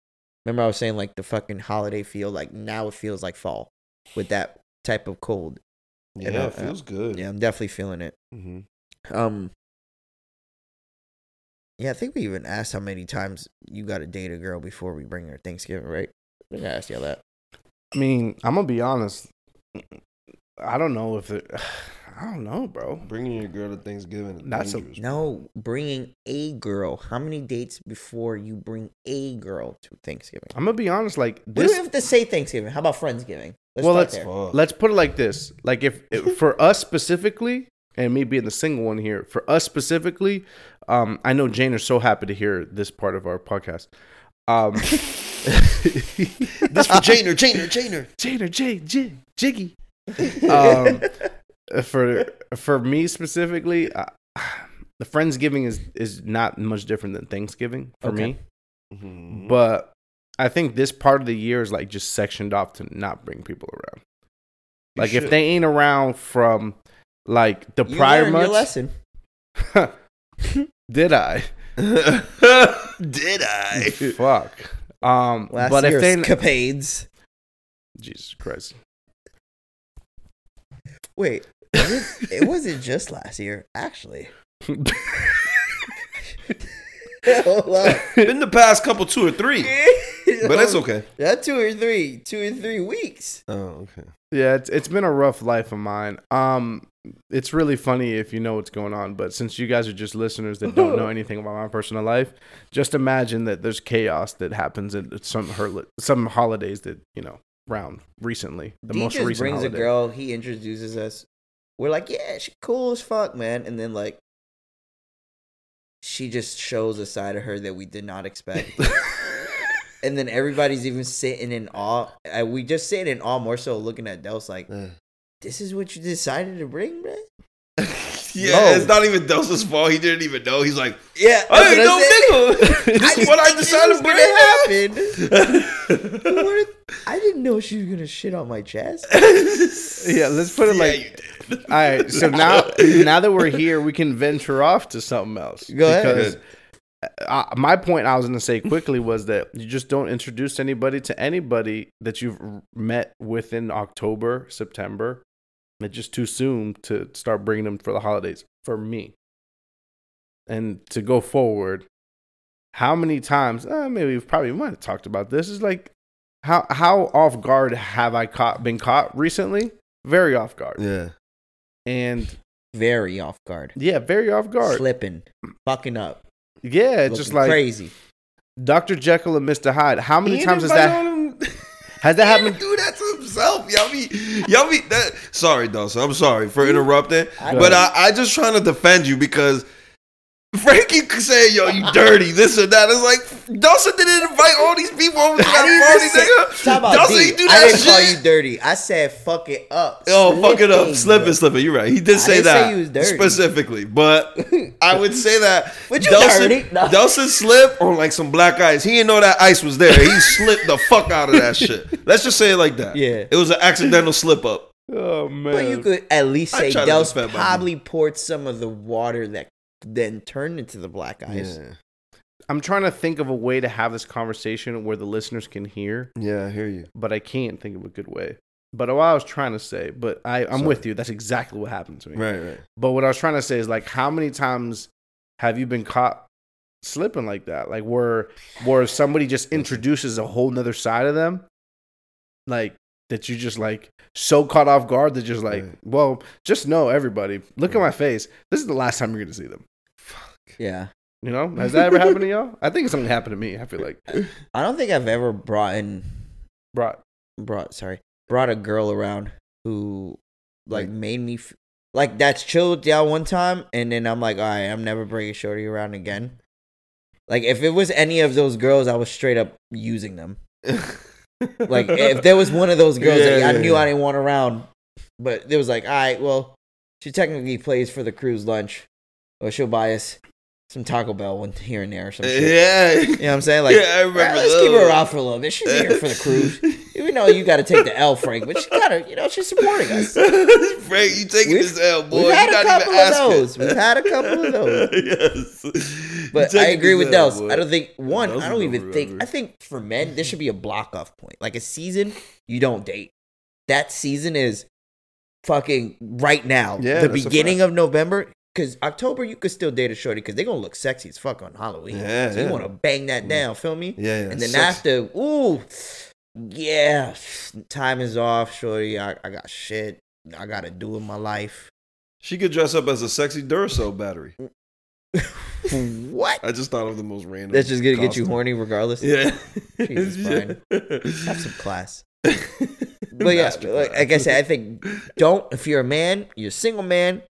S1: remember I was saying like the fucking holiday feel, like now it feels like fall with that type of cold.
S3: Yeah,
S1: and, uh,
S3: it feels good.
S1: Yeah, I'm definitely feeling it.
S3: hmm
S1: Um. Yeah, I think we even asked how many times you got to date a girl before we bring her Thanksgiving, right? I think I asked you all that.
S2: I mean, I'm gonna be honest. I don't know if it. [sighs] I don't know, bro.
S3: Bringing your girl to Thanksgiving is
S2: That's a-
S3: dangerous.
S1: No, bringing a girl. How many dates before you bring a girl to Thanksgiving?
S2: I'm gonna be honest. Like
S1: we
S2: this.
S1: don't have to say Thanksgiving. How about Friendsgiving? Let's
S2: Well,
S1: start
S2: let's-
S1: there.
S2: [laughs]
S3: Fuck. [laughs]
S2: Let's put it like this. Like if, if for us specifically, and me being the single one here, for us specifically, um, I know Jane is so happy to hear this part of our podcast. Um, [laughs]
S3: That's for Janer, Janer, Janer.
S2: Jane or Jay, Jig, Jiggy. Um, for for me specifically, uh, [sighs] the Friendsgiving is is not much different than Thanksgiving for
S1: Okay.
S2: me.
S1: Mm-hmm.
S3: Mm-hmm.
S2: But I think this part of the year is like just sectioned off to not bring people around. Like if they ain't around from like the
S1: You
S2: prior
S1: learned your
S2: months,
S1: lesson. [laughs]
S2: did I?
S3: [laughs] Did I?
S2: Fuck. Um,
S1: Last
S2: but if
S1: year's [laughs]
S2: they
S1: capades.
S2: Jesus Christ, [laughs]
S1: Wait, was it,
S2: [laughs]
S1: it wasn't just last year, actually. [laughs] Hold on.
S3: In the past couple two or three. But that's okay.
S1: That two or three, two or three weeks.
S3: Oh, okay.
S2: yeah, it's it's been a rough life of mine. Um, it's really funny if you know what's going on, but since you guys are just listeners that
S1: [laughs]
S2: don't know anything about my personal life, just imagine that there's chaos that happens at some her, some holidays that you know round recently. The
S1: D
S2: most
S1: just
S2: recent
S1: brings
S2: holiday.
S1: a girl. He introduces us. We're like, yeah, she cool as fuck, man. And then like, she just shows a side of her that we did not expect. and then everybody's even sitting in awe. Uh, we just sitting in awe, more so looking at Dels like,
S3: Yeah,
S1: this is what you decided to bring, man. No.
S3: it's not even Delsa's fault. He didn't even know. He's like,
S1: Yeah,
S3: I didn't know nigga. [laughs] this is
S1: didn't
S3: what I
S1: think [laughs] this
S3: decided
S1: was
S3: to
S1: gonna
S3: bring up.
S1: happen.
S3: [laughs]
S1: [laughs]
S3: yeah,
S1: What if- I didn't know she was gonna shit on my chest.
S2: Yeah, let's put it like
S3: you did.
S2: All
S1: [laughs]
S2: right, so now now that we're here, we can venture off to something else.
S1: Go ahead.
S2: Because uh, my point I was going to say quickly was that you just don't introduce anybody to anybody that you've r- met within October, September. It's just too soon to start bringing them for the holidays for me. And to go forward, how many times? Uh, maybe we've probably we might have talked about this. Is like how how off guard have I caught been caught recently? Very off guard.
S3: Yeah.
S2: And
S1: Very off guard.
S2: yeah, very off guard.
S1: Slipping. Fucking up.
S2: Yeah, it's just
S1: looking
S2: like
S1: crazy.
S2: Dr. Jekyll and Mr. Hyde. How many
S3: He
S2: times has
S3: didn't
S2: that
S3: invite on him-
S2: has that
S3: He didn't
S2: happened?
S3: do that to himself. Y'all be, y'all be. That, sorry, Dawson. I'm sorry for interrupting,
S1: I
S3: but
S2: know.
S3: I, I just trying to defend you because Frankie could say, "Yo, you dirty," this and that. It's like Dawson didn't invite all these people over to that party,
S1: Talk
S3: nigga.
S1: about
S3: Dawson,
S1: D.
S3: you do
S1: I
S3: that
S1: didn't call you
S3: shit.
S1: dirty. I said fuck it up.
S3: Oh, fuck it up,
S1: Slipping.
S3: slipping, slipping. You're right. He did say
S1: didn't say
S3: that
S1: you was dirty.
S3: specifically, but I would say that
S1: [laughs] But you dirty. No.
S3: Dawson slipped on like some black ice. He didn't know that ice
S1: [laughs]
S3: was there. He slipped the fuck out of that shit. Let's just say it like that.
S1: Yeah.
S3: it was an accidental slip up.
S2: Oh man.
S1: But you could at least
S3: I
S1: say
S3: try to
S1: Dels
S3: defend my
S1: probably poured some of the water that then turned into the black ice.
S2: I'm trying to think of a way to have this conversation where the listeners can hear,
S3: Yeah, I hear you.
S2: but I can't think of a good way. But what I was trying to say, but I, I'm
S3: Sorry.
S2: with you. That's exactly what happened to me.
S3: Right, right.
S2: But what I was trying to say is like, how many times have you been caught slipping like that? Like where where somebody just introduces a whole nother side of them, like that you just like so caught off guard that just like,
S3: Right.
S2: well, just know everybody. Look at
S3: Right.
S2: my face. This is the last time you're gonna see them.
S1: Yeah.
S2: You know, has that
S3: [laughs]
S2: ever happened to y'all? I think something happened to me. I feel like
S1: I don't think I've ever brought in
S2: brought
S1: brought sorry brought a girl around who like
S3: Like-
S1: made me f- like that's chilled down one time and then I'm like all right I'm never bringing shorty around again. Like if it was any of those girls, I was straight up using
S3: [laughs]
S1: them. Like if there was one of those girls that
S3: Yeah,
S1: I
S3: yeah,
S1: knew
S3: yeah.
S1: I didn't want around, but it was like all right, well she technically plays for the crew's lunch, or she'll buy us some Taco Bell one here and there or some shit.
S3: Uh, yeah. [laughs]
S1: You know what I'm saying? Like
S3: yeah, I
S1: all right,
S3: remember.
S1: let's
S3: those.
S1: keep her around for a little bit. She's here for the cruise. We know you got to take the L, Frank, but she gotta, you know, she's supporting
S3: [laughs]
S1: us.
S3: Frank, you taking
S1: We've-
S3: this L, boy.
S1: we've
S3: You
S1: had a
S3: not
S1: couple
S3: even
S1: of
S3: asking.
S1: those. We've had a
S3: [laughs]
S1: couple of those.
S3: yes. You
S1: But I
S3: taking
S1: agree
S3: this
S1: with
S3: L,
S1: Dels.
S3: boy.
S1: I don't think one.
S3: Dels
S1: I
S3: is
S1: don't even
S3: over,
S1: think.
S3: over.
S1: I think for men, there should be a block off point, like a season you don't date. That season is fucking right now.
S3: Yeah,
S1: the
S3: that's a
S1: beginning of November, because October you could still date a shorty because they're gonna look sexy as fuck on Halloween.
S3: Yeah,
S1: so
S3: yeah.
S1: you want to bang that down. Feel me?
S3: Yeah, yeah.
S1: and then
S3: Sex.
S1: after, ooh, yeah, time is off, shorty. I, I got shit I gotta do with my life.
S3: she could dress up as a sexy Duracell battery.
S1: what?
S3: I just thought of the most random.
S1: That's just gonna get you
S3: costume.
S1: horny regardless.
S3: Yeah. [laughs]
S1: Jesus, Brian. Have some class. But yeah,
S3: Master
S1: like,
S3: class.
S1: like I said, I
S3: [laughs]
S1: think don't if you're a man, you're a single man,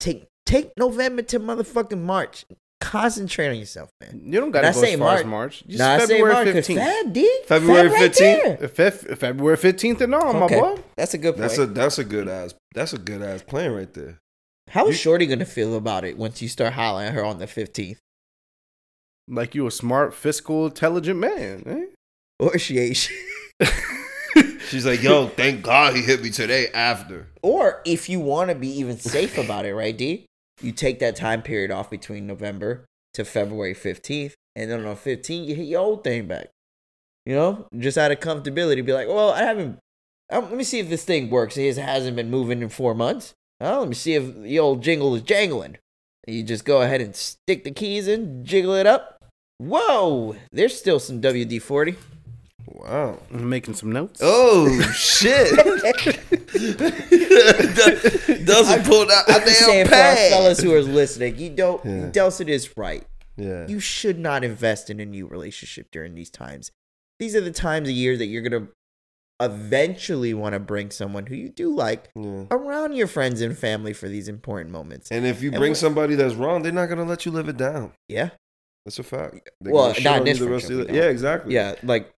S1: take take November to motherfucking March. Concentrate on yourself, man.
S2: you don't gotta
S1: I
S2: go
S1: say
S2: as far
S1: March.
S2: as March. Just
S1: Nah, I say
S2: February
S1: March 'cause
S2: fifteenth.
S1: Feb, D. Feb
S3: February
S1: right
S3: 15th.
S1: there.
S2: Fef- February fifteenth and all,
S1: Okay,
S2: my boy.
S1: That's a good point.
S3: That's a that's a good ass that's a good ass plan right there.
S1: How is Shorty gonna feel about it once you start hollering at her on the fifteenth?
S2: Like you a smart, fiscal, intelligent man. eh?
S1: Or she ain't [laughs] shit.
S3: She's like, yo, thank God he hit me today after.
S1: Or if you want to be even safe about it, right, D? You take that time period off between November to February 15th. And then on 15th, you hit your old thing back. You know, just out of comfortability, be like, well, I haven't. Um, let me see if this thing works. It hasn't been moving in four months. Oh, let me see if the old jingle is jangling. You just go ahead and stick the keys in, jiggle it up. Whoa, there's still some WD 40.
S3: Wow.
S2: I'm making some notes.
S3: Oh [laughs] shit. Doesn't pull out
S1: I'm
S3: a
S1: just saying
S3: damn
S1: for our
S3: pad.
S1: fellas who are listening, you don't.
S3: Yeah.
S1: Delson is right.
S3: Yeah.
S1: you should not invest in a new relationship during these times. These are the times of year that you're going to eventually want to bring someone who you do like
S3: yeah.
S1: around your friends and family for these important moments.
S3: Mm. And if you
S1: And
S3: bring
S1: what-
S3: somebody that's wrong, they're not gonna let you live it down.
S1: Yeah.
S3: That's a fact.
S1: Well,
S3: gonna shit
S1: not
S3: on
S1: in
S3: you
S1: this
S3: the rest of
S1: friendship,
S3: the-
S1: we don't.
S3: Yeah,
S1: [laughs]
S3: exactly.
S1: Yeah. Like,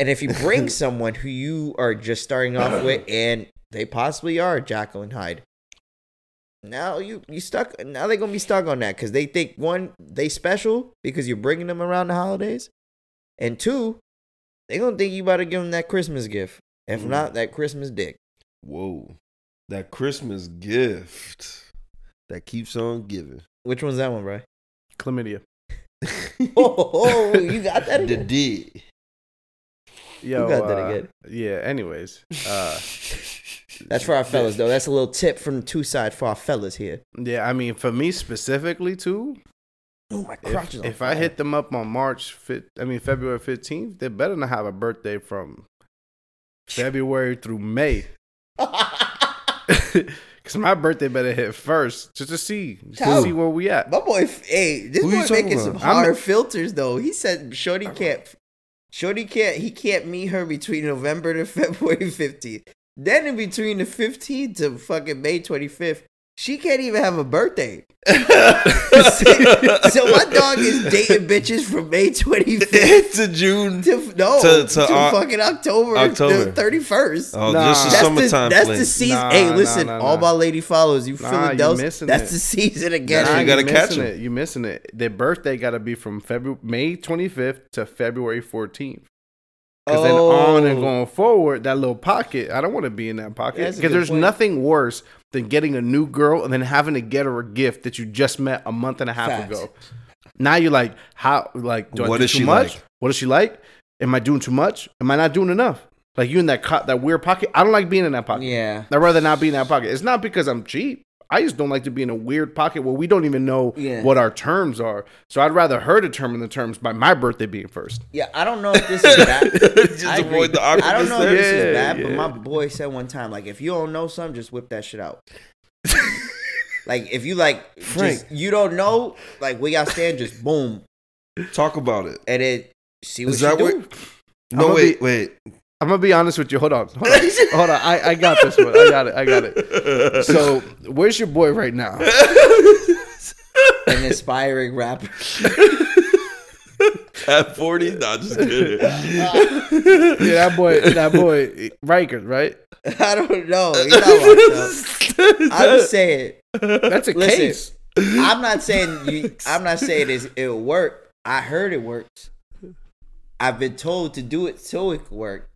S1: and if you [laughs] bring someone who you are just starting off [laughs] with and they possibly are Jacqueline Hyde. Now you you stuck. Now they're gonna be stuck on that because they think one they special because you're bringing them around the holidays, and two, they gonna think you about to give them that Christmas gift. If
S3: Mm.
S1: not, that Christmas dick.
S3: Whoa. That Christmas gift that keeps on giving.
S1: Which one's that one, bro?
S2: Chlamydia.
S1: [laughs] Oh, oh, [laughs] you got that
S3: The
S1: again?
S3: D.
S2: Yo,
S1: got that
S2: uh,
S1: again.
S2: Yeah. Anyways, uh,
S1: [laughs] That's for our fellas
S3: [laughs]
S1: though. That's a little tip from two side for our fellas here.
S2: yeah. I mean, for me specifically too,
S1: Oh my
S2: if,
S1: crotch is on
S2: if I
S1: fire.
S2: hit them up on March, fif- I mean February fifteenth, they better not have a birthday from February
S1: [laughs]
S2: through May. [laughs] Cause my birthday better hit first, just to see, just to
S1: Tell-
S2: see where we at.
S1: My boy, f- hey, this
S3: Who you
S1: boy
S3: talking
S1: making
S3: about?
S1: some
S2: I'm-
S1: hard filters though. He said Shorty can't, Shorty can't, he can't meet her between November to [laughs] February 15th. Then in between the 15th to fucking May 25th, she can't even have a birthday. [laughs] so my dog is dating bitches from May 25th
S3: to June.
S1: to no
S3: To-
S1: to,
S3: to Oc-
S1: fucking October,
S3: October.
S1: the 31st.
S3: Oh,
S2: Nah.
S3: this is
S2: That's
S1: That's
S3: summertime
S1: the, that's
S3: fling.
S1: the season.
S2: Nah,
S1: hey,
S2: nah,
S1: listen,
S2: nah,
S1: all
S2: nah.
S1: my lady follows you.
S2: Nah, you
S1: Philadelphia,
S2: missing
S1: that's
S2: it.
S1: the season again.
S3: Nah,
S2: Nah,
S3: you gotta catch
S2: missing
S3: 'em.
S2: it. You missing it. Their birthday gotta be from February May 25th to February 14th. Because then on and
S1: Oh.
S2: going forward, that little pocket, I don't want to be in that pocket.
S1: That's a
S2: Because
S1: good
S2: there's
S1: point.
S2: nothing worse than getting a new girl and then having to get her a gift that you just met a month and a half
S1: Facts.
S2: ago. Now you're like, how? Like, do I
S3: What
S2: do
S3: is
S2: too
S3: she
S2: much?
S3: like?
S2: What is she like? Am I doing too much? Am I not doing enough? Like you in that co- that weird pocket. I don't like being in that pocket.
S1: Yeah.
S2: I'd rather not be in that pocket. It's not because I'm cheap. I just don't like to be in a weird pocket where we don't even know
S1: Yeah.
S2: what our terms are. So I'd rather her determine the terms by my birthday being first.
S1: Yeah, I don't know if this is [laughs] bad.
S3: [laughs] Just
S1: I agree.
S3: avoid the
S1: I don't
S3: awkwardness
S1: know if this
S2: Yeah,
S1: is bad,
S2: yeah.
S1: but my boy said one time, like, if you don't know something, just whip that shit
S3: [laughs]
S1: out. like, if you like,
S3: Frank.
S1: just, you don't know, like, where y'all stand, just boom,
S3: Talk about it.
S1: and then see what
S3: Is
S1: you
S3: that
S1: do.
S3: where- No,
S2: gonna
S3: wait,
S1: [laughs]
S3: wait.
S2: I'm gonna be honest with you. Hold on. Hold on. Hold on. I, I got this one. I got it. I got it. So where's your boy right now?
S1: An aspiring rapper. [laughs]
S3: At 40? Nah, just kidding.
S1: [laughs]
S2: Yeah, that boy that boy Rikers, right?
S1: I don't
S3: [laughs]
S1: know. He's not locked up. I'm just saying.
S2: That's a
S1: Listen.
S2: case.
S1: I'm not saying. You, I'm not saying it's, it'll work. I heard it works. I've been told to do it so it can work.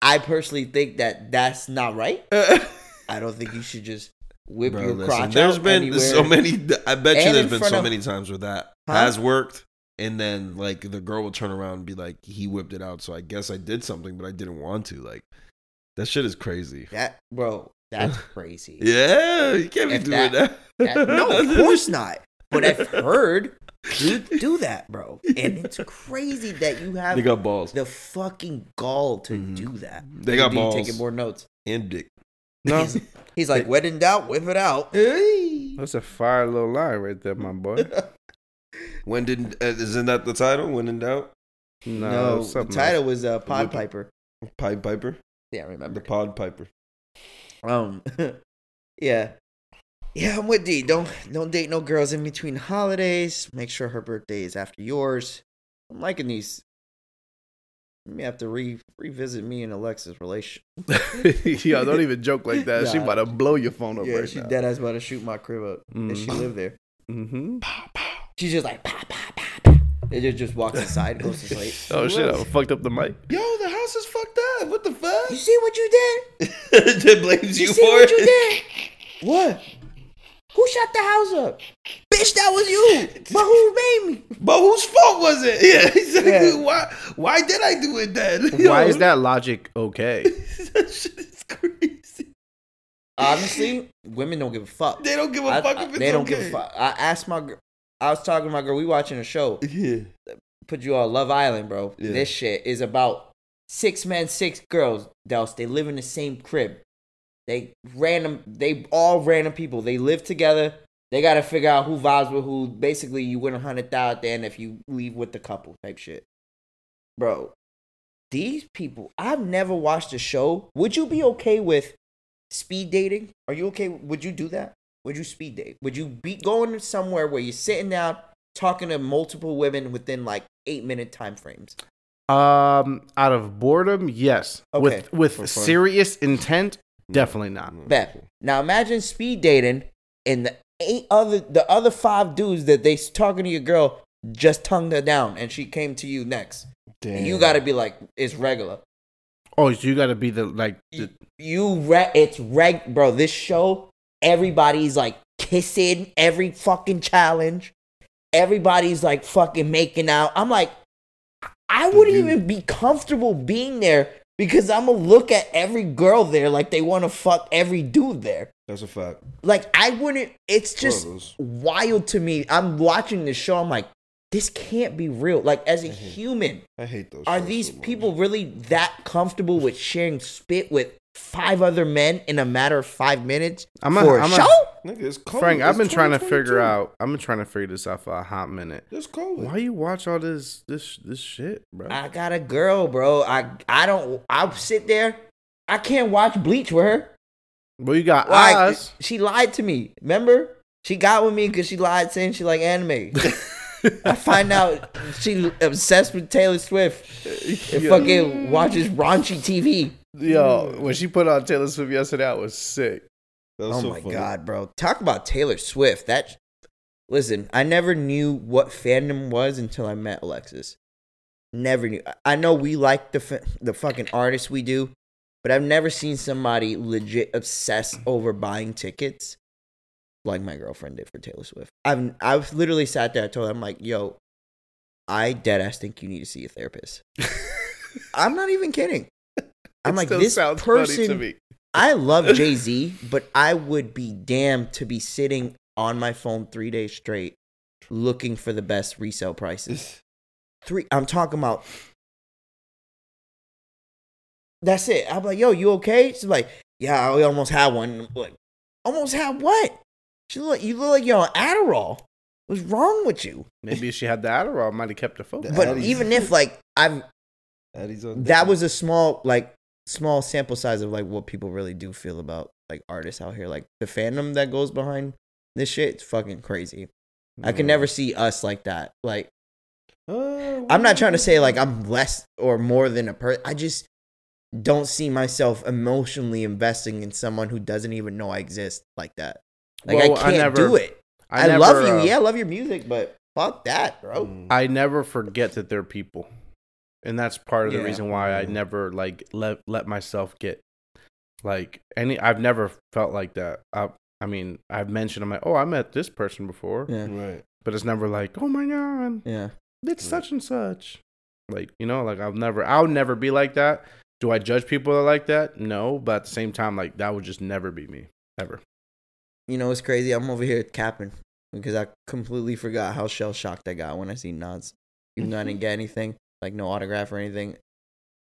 S1: I personally think that that's not right. I don't think you should just whip
S3: Bro,
S1: your
S3: listen,
S1: crotch
S3: there's
S1: out
S3: been
S1: anywhere.
S3: so many. I bet
S1: And
S3: you there's
S1: in
S3: been
S1: front
S3: so
S1: of-
S3: many times where that
S1: Huh?
S3: has worked, and then like the girl will turn around and be like, "He whipped it out," so I guess I did something, but I didn't want to. Like that shit is crazy.
S1: That bro,
S3: [laughs]
S1: that's crazy.
S3: Yeah, you can't be
S1: If
S3: doing that.
S1: That- no,
S3: [laughs]
S1: of course not. But I've heard you do that, bro, and it's crazy that you have
S3: They got balls
S1: the fucking gall to
S3: Mhm.
S1: do that.
S3: They got
S1: Do you Taking
S3: balls.
S1: more notes.
S3: and dick.
S2: No.
S1: He's like, when in doubt, whip it out.
S2: That's a fire little line right there, my boy.
S3: When did uh, isn't that the title? When in doubt,
S2: No,
S1: No,
S2: it's
S1: the
S2: something
S1: title was uh, Pod
S3: Whip it.
S1: Piper.
S3: Pied Piper,
S1: Yeah, I
S3: the
S1: remember.
S3: Pod Piper. [laughs]
S1: Um, [laughs] yeah, yeah. I'm with D. Don't don't date no girls in between holidays. Make sure her birthday is after yours. I'm liking these. You may have to re revisit me and Alexa's relationship.
S2: else. [laughs] Yo, don't even joke like that. She
S1: Nah.
S2: about to blow your phone up
S1: yeah,
S2: right
S1: she
S2: now.
S1: dead ass about to shoot my crib up, and she Mm.
S2: Mhm.
S1: lived [laughs] there.
S2: Mm-hmm.
S1: She's just like pa pa pa. pa. It just just walks inside, goes to [laughs] sleep.
S2: Oh shit! I fucked up the mic.
S3: Yo, the house is fucked up. What the
S1: You
S3: fuck?
S1: see what you did?
S3: [laughs] that blames
S1: You
S3: you,
S1: see
S3: for
S1: what
S3: it.
S1: you did? [laughs] What? Who shot the house up? Bitch, that was [laughs] you. But who made me?
S3: But whose fault was it? [laughs] Yeah, exactly.
S1: Yeah.
S3: Why? Why did I do it then? [laughs]
S2: Why
S3: Yo,
S2: is that logic okay?
S3: [laughs] that shit is crazy.
S1: Honestly, women don't give a fuck.
S3: They don't give a
S1: I-
S3: fuck
S1: I-
S3: if it's
S1: they don't
S3: okay.
S1: give a fuck. I asked my girl. I was talking to my girl. We watching a show.
S3: Yeah.
S1: Put you on Love Island, bro.
S3: Yeah.
S1: This shit is about six men, six girls. Dels. They live in the same crib. They random. They all random people. They live together. They gotta figure out who vibes with who. Basically, you win a hundred thousand at the end if you leave with the couple type shit, bro. These people, I've never watched a show. Would you be okay with speed dating? Are you okay? Would you do that? Would you speed date? Would you be going somewhere where you're sitting down talking to multiple women within like eight minute time frames?
S2: [laughs] Um, out of boredom, yes.
S1: Okay.
S2: With with
S3: For fun.
S2: serious intent, definitely not.
S1: Bet. Now imagine speed dating and the eight other the other five dudes that they s- talking to your girl just tongued her down and she came to you next. And you gotta be like, it's regular.
S2: Oh, so you got to be the like. The,
S1: You re- it's reg bro, this show, everybody's like kissing every fucking challenge. Everybody's like fucking making out. I'm like, I wouldn't
S3: Dude.
S1: even be comfortable being there because I'ma look at every girl there like they wanna fuck every dude there.
S3: That's a fact.
S1: Like I wouldn't it's just
S3: Brothers.
S1: wild to me. I'm watching this show, I'm like, this can't be real. Like as a human,
S3: I hate those.
S1: are
S3: shows
S1: these
S3: so much.
S1: people really that comfortable with sharing spit with five other men in a matter of five minutes
S2: I'm a-
S1: for a
S2: I'm a-
S1: show?
S3: Nigga, it's cold.
S2: Frank, I've
S3: It's
S2: been trying to figure
S3: 2022.
S2: out. I've been trying to figure this out for a hot minute.
S3: It's cold.
S2: Why you watch all this this this shit, bro?
S1: I got a girl, bro. I I don't. I sit there. I can't watch Bleach with her.
S2: well, you got
S1: Like
S2: eyes.
S1: she lied to me. Remember, she got with me because she lied saying she like
S2: [laughs]
S1: anime. I find out she obsessed with Taylor Swift and
S2: Yeah.
S1: fucking watches raunchy TV.
S2: Yo, when she put on Taylor Swift yesterday, I was sick.
S3: That was
S1: Oh
S3: so
S1: my
S3: funny.
S1: god, bro! Talk about Taylor Swift. That listen, I never knew what fandom was until I met Alexis. Never knew. I- I know we like the fa- the fucking artists we do, but I've never seen somebody legit obsessed over buying tickets like my girlfriend did for Taylor Swift. I've I've literally sat there. I told her, I'm like, yo, I dead ass think you need to see a
S2: [laughs]
S1: therapist. I'm not even kidding. I'm
S2: It
S1: like
S2: still
S1: this
S2: sounds funny
S1: person.
S2: me.
S1: I love Jay Z, but I would be damned to be sitting on my phone three days straight looking for the best resale prices. Three, I'm talking about. That's it. I'm like, yo, you okay? She's like, yeah, I almost had one. I'm like, almost had what? She look, you look like you're on Adderall. What's wrong with you?
S2: Maybe if she had the Adderall, might have kept her focus.
S1: But
S3: Addies.
S1: even if like I'm,
S3: Addy's on
S1: that
S3: deck.
S1: was a small like small sample size of like what people really do feel about like artists out here like the fandom that goes behind this shit it's fucking crazy i can
S2: Mm.
S1: never see us like that like
S3: Uh,
S1: i'm not trying to say
S3: [laughs]
S1: like i'm less or more than a person i just don't see myself emotionally investing in someone who doesn't even know i exist like that like
S2: Well,
S1: i
S2: I
S1: can't
S2: never-
S1: do it i,
S2: never,
S1: love you
S2: uh,
S1: yeah i love your music but fuck that bro
S3: Mm.
S2: I never forget that they're people, and that's part of the
S1: Yeah. Mm-hmm.
S2: reason why I
S3: Mhm.
S2: never like let let myself get like any. I've never felt like that. I I mean, I've mentioned I'm like, oh, I met this person before,
S1: yeah
S3: Right.
S2: but it's never like, oh my god,
S1: yeah Mm-hmm.
S2: it's
S3: Yeah.
S2: such and such. Like you know, like I'll never, I'll never be like that. Do I judge people that are like that? No, but at the same time, like that would just never be me ever.
S1: You know it's crazy? I'm over here capping because I completely forgot how shell shocked I got when I seen Nods. Even though I
S3: [laughs]
S1: didn't get anything, like no autograph or anything.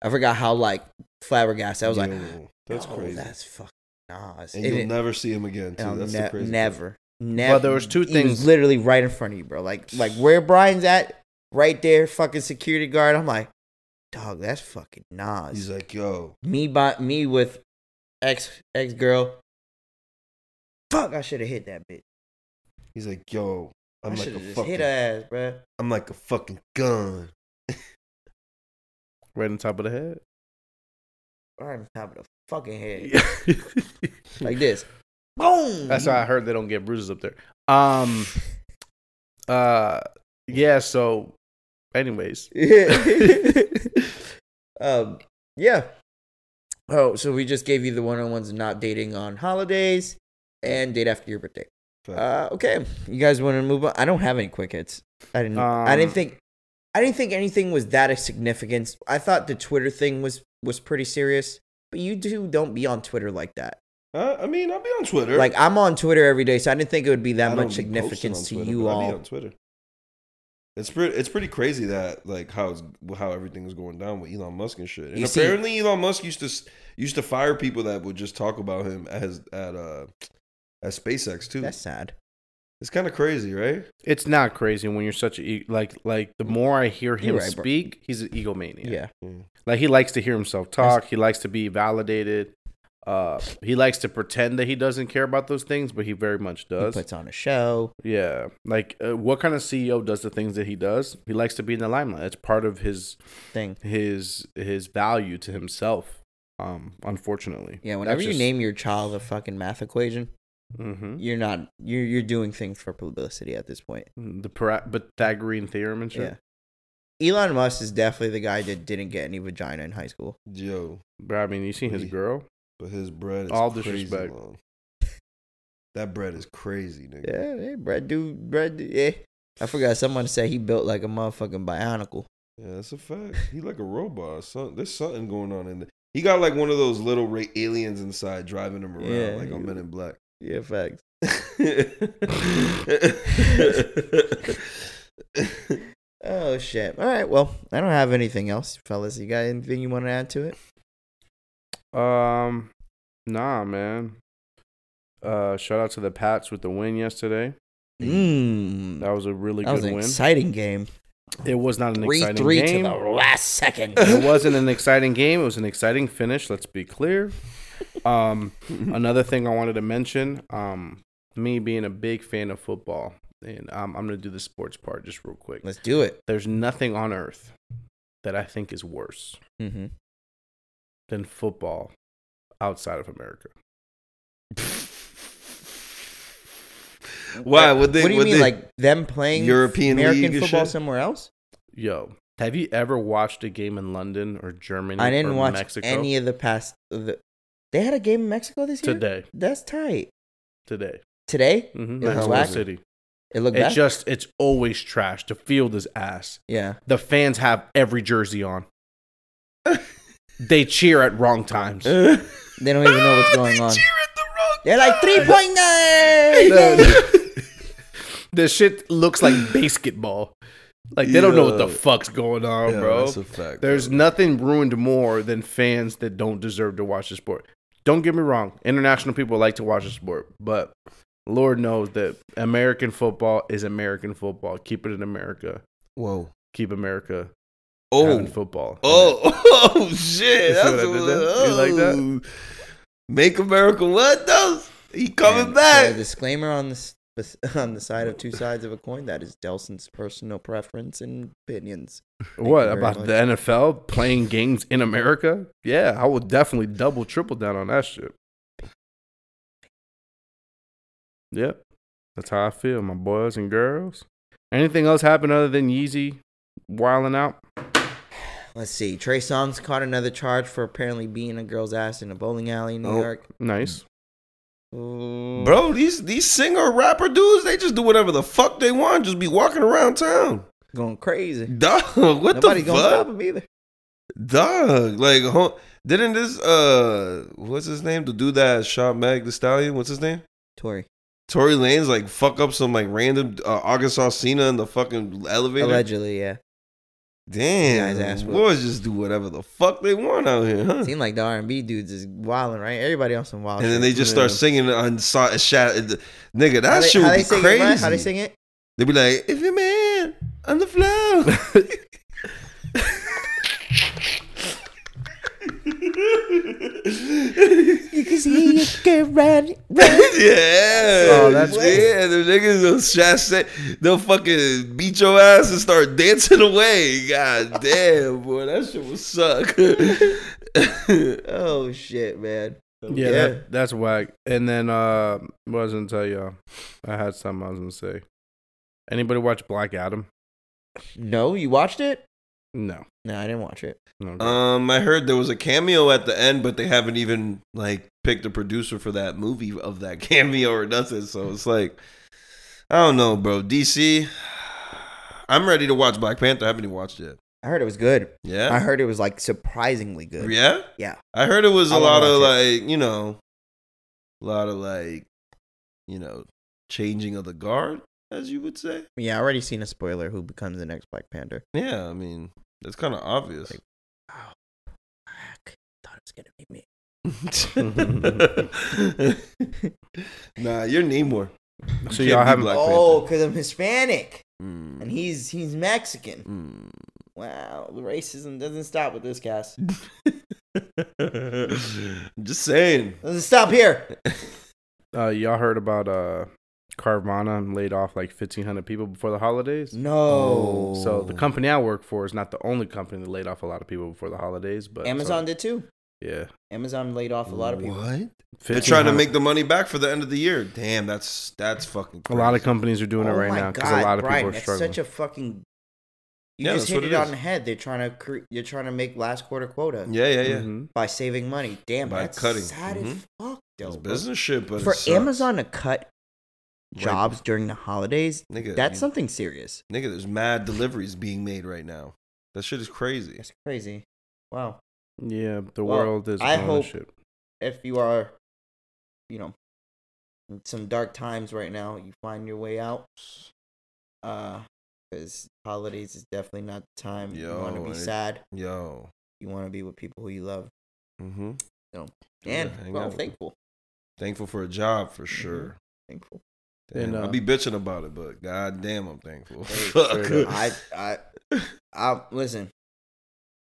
S1: I forgot how like flabbergasted. I was like,
S3: Yo, that's
S1: "Yo,
S3: crazy.
S1: That's fucking Nas.
S3: and
S1: It-
S3: you'll
S1: it-
S3: never see him again. Too.
S1: I'll
S3: That's
S1: ne-
S3: the crazy.
S1: never, never.
S2: Well, there was two
S1: He
S2: things-
S1: literally right in front of you, bro. Like, like where Brian's at, right there, fucking security guard. I'm like, dog, that's fucking Nas.
S3: Part. He's like, yo,
S1: me by me with ex ex girl. Fuck, I should have hit that bitch.
S3: he's like, yo. I'm
S1: I
S3: like
S1: should
S3: a
S1: have just
S3: fucking.
S1: hit her ass, bro.
S3: I'm like a fucking gun.
S2: Right on top of the head.
S1: Right on top of the fucking head, [laughs] like this. Boom.
S2: That's why I heard they don't get bruises up there.
S1: [laughs]
S2: Um uh yeah, so anyways.
S1: um, yeah. Oh, so we just gave you the one on ones not dating on holidays and date after your birthday. Uh, okay, you guys want to move on? I don't have any quick hits. I didn't. I
S2: Um,
S1: didn't think. I didn't think anything was that of significance. I thought the Twitter thing was was pretty serious, but you two don't be on Twitter like that.
S3: Uh, I mean, I'll be on Twitter.
S1: Like I'm on Twitter every day, so I didn't think it would be
S3: I
S1: that
S3: don't
S1: much
S3: be posting on
S1: significance to
S3: Twitter,
S1: you
S3: but I be
S1: all.
S3: on Twitter. It's pretty. It's pretty crazy that like how it's, how everything was going down with Elon Musk and shit. And
S1: You see-
S3: apparently, Elon Musk used to s- used to fire people that would just talk about him as at uh at SpaceX too.
S1: That's sad.
S3: it's kind of crazy, right?
S2: It's not crazy when you're such a e- like like the more I hear him
S1: You're right, bro.
S2: speak, he's an egomaniac.
S1: Yeah.
S2: Like he likes to hear himself talk, he likes to be validated. Uh he likes to pretend that he doesn't care about those things, but he very much
S1: He
S2: does.
S1: puts on a show.
S2: yeah. Like uh, what kind of CEO does the things that he does? He likes to be in the limelight. It's part of his
S1: Thing.
S2: his his value to himself. Um, unfortunately.
S1: Yeah, whenever you name your child a fucking math equation,
S2: hmm
S1: you're not you're you're doing things for publicity at this point.
S2: the Pyra- Pythagorean theorem and shit,
S1: Yeah. Elon Musk is definitely the guy that didn't get any vagina in high school.
S3: Yo,
S2: bro. I mean, you seen his
S3: Yeah.
S2: girl?
S3: but his bread is
S2: All
S3: all crazy
S2: disrespect.
S3: long. That bread is crazy, nigga.
S1: Yeah, hey, Brad dude, Brad dude, yeah. I forgot someone said he built like a motherfucking bionicle.
S3: Yeah, that's a fact. He like a robot. or something. There's something going on in there. He got like one of those little ra- aliens inside driving him around,
S1: Yeah.
S3: like on Men in
S2: [laughs]
S3: Black. [laughs]
S1: Yeah, facts. Oh shit. All right. Well, I don't have anything else, fellas. You got anything you want to add to it?
S2: Um, nah, man. Uh, shout out to the Pats with the win yesterday.
S3: Hmm.
S1: Mm.
S2: That was a really
S1: That was
S2: good
S1: an
S2: win.
S1: exciting game.
S2: it was not an
S1: Three
S2: exciting
S1: three
S2: game.
S1: to the last second.
S2: [laughs] it wasn't an exciting game. It was an exciting finish. Let's be clear. Um, another thing I wanted to mention, um, me being a big fan of football, and um, I'm gonna do the sports part just real quick.
S1: Let's do it.
S2: There's nothing on earth that I think is worse
S1: Mm-hmm.
S2: than football outside of America.
S3: Why would they?
S1: what do you
S3: would
S1: mean,
S3: they-
S1: like them playing
S3: European
S1: American
S3: League and
S1: football
S3: shit?
S1: somewhere else?
S2: Yo, have you ever watched a game in London or Germany?
S1: I didn't
S2: or
S1: watch
S2: Mexico?
S1: any of the past. The, they had a game in Mexico this year.
S2: today.
S1: That's tight.
S2: Today,
S1: Today
S2: mm-hmm.
S1: It was
S2: Mexico
S1: whack?
S2: City.
S1: it looked
S2: It's
S1: bad.
S2: just it's always trash. The field is ass.
S1: yeah.
S2: The fans have every
S1: [laughs]
S2: jersey on. they cheer at wrong times.
S1: They don't even know what's
S3: [laughs]
S1: going on. They're like three point
S3: [laughs]
S2: No,
S1: nine.
S2: [laughs] no. the shit looks like basketball. Like they don't know what the
S3: Yeah.
S2: fuck's going on,
S3: Yeah,
S2: bro.
S3: that's a fact,
S2: There's
S3: bro.
S2: nothing ruined more than fans that don't deserve to watch the sport. Don't get me wrong, international people like to watch the sport, but Lord knows that American football is American football. Keep it in America.
S3: Whoa.
S2: Keep America having
S3: Oh.
S2: football.
S3: Oh. [laughs] Oh shit.
S2: You see
S3: That's
S2: what I
S3: a,
S2: did there? You like that?
S3: oh. Make America what though? He coming
S1: And
S3: back.
S1: so disclaimer on this [laughs] on the side of two sides of a coin. That is Delson's personal preference and opinions.
S2: What
S1: you very
S2: about
S1: much.
S2: the NFL playing games in America? Yeah, I will definitely double, triple down on that shit. Yep, that's how I feel, my boys and girls. Anything else happen other than Yeezy wilding out?
S1: Let's see. Trey Songz caught another charge for apparently beating a girl's ass in a bowling alley in New
S3: Oh.
S1: York.
S2: Nice.
S1: Ooh.
S3: Bro, these these singer rapper dudes, they just do whatever the fuck they want, just be walking around town.
S1: going crazy.
S3: Dog, [laughs] what
S1: Nobody
S3: the
S1: gonna stop
S3: fuck?
S1: him either.
S3: Dog, like, ho- didn't this uh, what's his name? The dude that shot Meg the Stallion, what's his name?
S1: Tory
S3: Tory Lanez like fuck up some like random uh, August Alsina in the fucking elevator.
S1: allegedly, yeah.
S3: Damn,
S1: Guy's ass whooped.
S3: boys just do whatever the fuck they want out here, huh?
S1: Seemed like the R and B dudes is wilding, right? Everybody on some wild.
S3: And then
S1: shit.
S3: they just start
S2: Yeah.
S3: singing uh, on so- shat. Nigga,
S1: How
S3: that
S1: they-
S3: shit
S1: how
S3: would
S1: they
S3: be
S1: sing
S3: crazy.
S1: It, Ryan? how they sing it?
S3: They'd be like, if your man on
S1: [laughs]
S3: the floor.
S1: You can see it get run.
S3: [laughs] yeah.
S2: Oh, that's
S3: Yeah, the niggas will shat say, they'll fucking beat your ass and start dancing away. God damn, boy, that shit would suck.
S1: [laughs]
S3: [laughs]
S1: Oh shit, man.
S2: Yeah,
S1: Yeah.
S2: That, that's whack. And then uh, what was I gonna tell y'all? I had something I was gonna say. Anybody watch Black Adam?
S1: No, you watched it?
S2: No.
S1: No, I didn't watch it.
S2: no
S3: um, I heard there was a cameo at the end, but they haven't even like picked a producer for that movie of that [laughs] cameo or nothing. So it's like, I don't know, bro. DC, I'm ready to watch Black Panther. I haven't even watched it.
S1: I heard it was good.
S3: Yeah.
S1: I heard it was like surprisingly good.
S3: Yeah?
S1: Yeah.
S3: I heard it was a
S1: I wanna
S3: lot of
S1: watch
S3: like, you know, a lot of like, you know, changing of the guard, as you would say.
S1: Yeah, I already seen a spoiler who becomes the next Black Panther.
S3: Yeah, I mean, that's kind of obvious.
S1: Like- Oh, fuck. Thought it was gonna be me.
S2: [laughs]
S3: [laughs] nah, you're Namor. You
S2: so
S3: can't
S2: y'all
S3: be
S2: haven't.
S3: Black
S1: oh, because I'm Hispanic
S3: Panther.
S1: and he's he's Mexican.
S3: Mm,
S1: Wow, the racism doesn't stop with this
S2: [laughs]
S1: cast.
S3: mm. [laughs] I'm just saying.
S1: Doesn't stop here.
S2: Uh, y'all heard about uh, Carvana laid off like fifteen hundred people before the holidays.
S1: No.
S3: Oh,
S2: So the company I work for is not the only company that laid off a lot of people before the holidays, but
S1: Amazon did too.
S2: so- yeah,
S1: Amazon laid off a lot of people.
S3: What? They're trying to make the money back for the end of the year. Damn, that's that's fucking.
S2: a
S3: Crazy.
S2: lot of companies are doing it right now because a lot of
S1: Oh Brian,
S2: people are
S1: that's
S2: struggling.
S1: such a fucking. You
S3: Yeah,
S1: just
S3: that's
S1: hit
S3: what
S1: it,
S3: it
S1: on
S3: is.
S1: the head. They're trying to cre- you're trying to make last quarter quota
S3: Yeah, yeah, yeah.
S2: Mhm.
S1: by saving money. Damn,
S3: By
S1: that's
S3: cutting.
S1: sad
S3: Mhm.
S1: as fuck, though.
S3: It's
S1: bro.
S3: business shit, but it
S1: For
S3: sucks.
S1: Amazon to cut
S3: Right.
S1: jobs during the holidays,
S3: nigga,
S1: that's something serious.
S3: nigga. There's mad deliveries being made right now. That shit is crazy.
S1: That's crazy. Wow.
S2: Mm-hmm. Yeah, the
S1: Well,
S2: world is.
S1: I
S2: going to
S1: hope-
S2: shit.
S1: If you are, you know, in some dark times right now, you find your way out. Uh, because holidays is definitely not the time you want to
S3: Yo,
S1: be
S3: it-
S1: sad.
S3: Yo.
S1: You want to be with people who you love.
S3: Mm-hmm.
S1: So,
S3: Yeah,
S1: and
S3: hang
S1: well,
S3: out with-
S1: thankful,
S3: Thankful for a job for
S1: Mm-hmm.
S3: sure. [laughs]
S1: thankful.
S3: Damn,
S2: And, uh,
S3: I'll be bitching about it, but goddamn, I'm thankful. [laughs]
S2: straight
S1: I, I, I listen.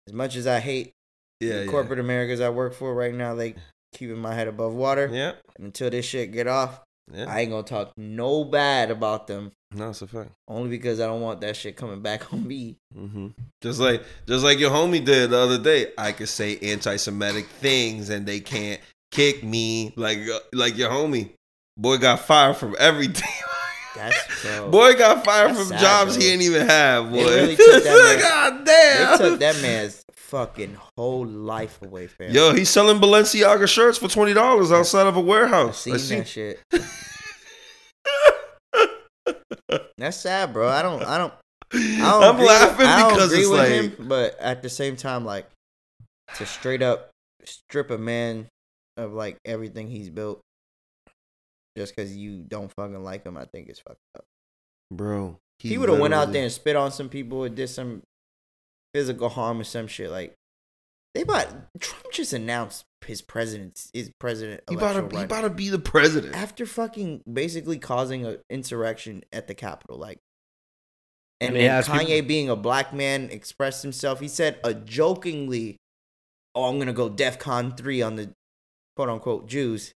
S1: As much as I hate
S3: yeah,
S1: the
S3: yeah.
S1: corporate Americas I work for right now, they keeping my head above water.
S3: Yeah,
S1: And until this shit get off,
S3: yeah.
S1: I ain't gonna talk no bad about them.
S3: no, it's a fact.
S1: Only because I don't want that shit coming back [laughs] on me.
S3: hmm Just like just like your homie did the other day. I could say anti-Semitic things and they can't kick me. Like uh, like your homie, boy got fired from everything. [laughs]
S1: That's bro.
S3: boy got fired
S1: That's
S3: from
S1: sad,
S3: jobs he
S1: bro.
S3: didn't even have.
S1: They
S3: Boy,
S1: really
S3: [laughs]
S1: took that They
S3: god damn.
S1: took
S3: [laughs]
S1: that man's fucking whole life away, fam.
S3: Yo, he's selling Balenciaga shirts for twenty dollars outside of a
S1: I
S3: warehouse.
S1: seen
S3: I see.
S1: that
S3: [laughs]
S1: shit. That's sad, bro. I don't, I don't,
S3: [laughs]
S1: I don't
S3: I'm
S1: agree with-
S3: laughing
S1: I don't
S3: because
S1: agree
S3: it's
S1: with
S3: like
S1: him, but at the same time, like to straight up strip a man of like everything he's built just because you don't fucking like him, I think is fucked up.
S3: Bro.
S1: He, would have went out
S3: literally-
S1: there and spit on some people or did some physical harm or some shit. Like they bought Trump just announced his president his president
S3: He about, to,
S1: election
S3: he
S1: run
S3: about to be the president.
S1: after fucking basically causing an insurrection at the Capitol, like, and,
S2: And he
S1: and
S2: has
S1: Kanye being a black man expressed himself. He said, uh, jokingly, "Oh, I'm gonna go DefCon three on the quote unquote Jews."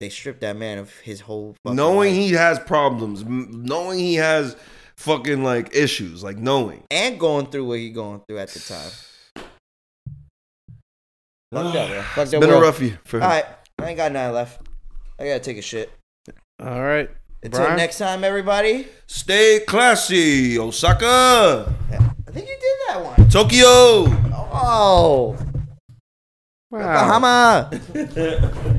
S1: They stripped that man of his whole fucking
S3: knowing
S1: life.
S3: he has problems, m- knowing he has fucking like issues, like knowing.
S1: and going through what he going through at the time. Fucked up, man. Fucked
S3: It's
S1: up
S3: been a
S1: world.
S3: rough year for
S1: All
S3: him.
S1: right, I ain't got nine left. I gotta take a shit.
S2: All right.
S1: Until
S2: Brian?
S1: next time, everybody.
S3: Stay classy, Osaka,
S1: I think you did that one.
S3: Tokyo.
S1: Oh,
S2: Wow.
S1: Bahama.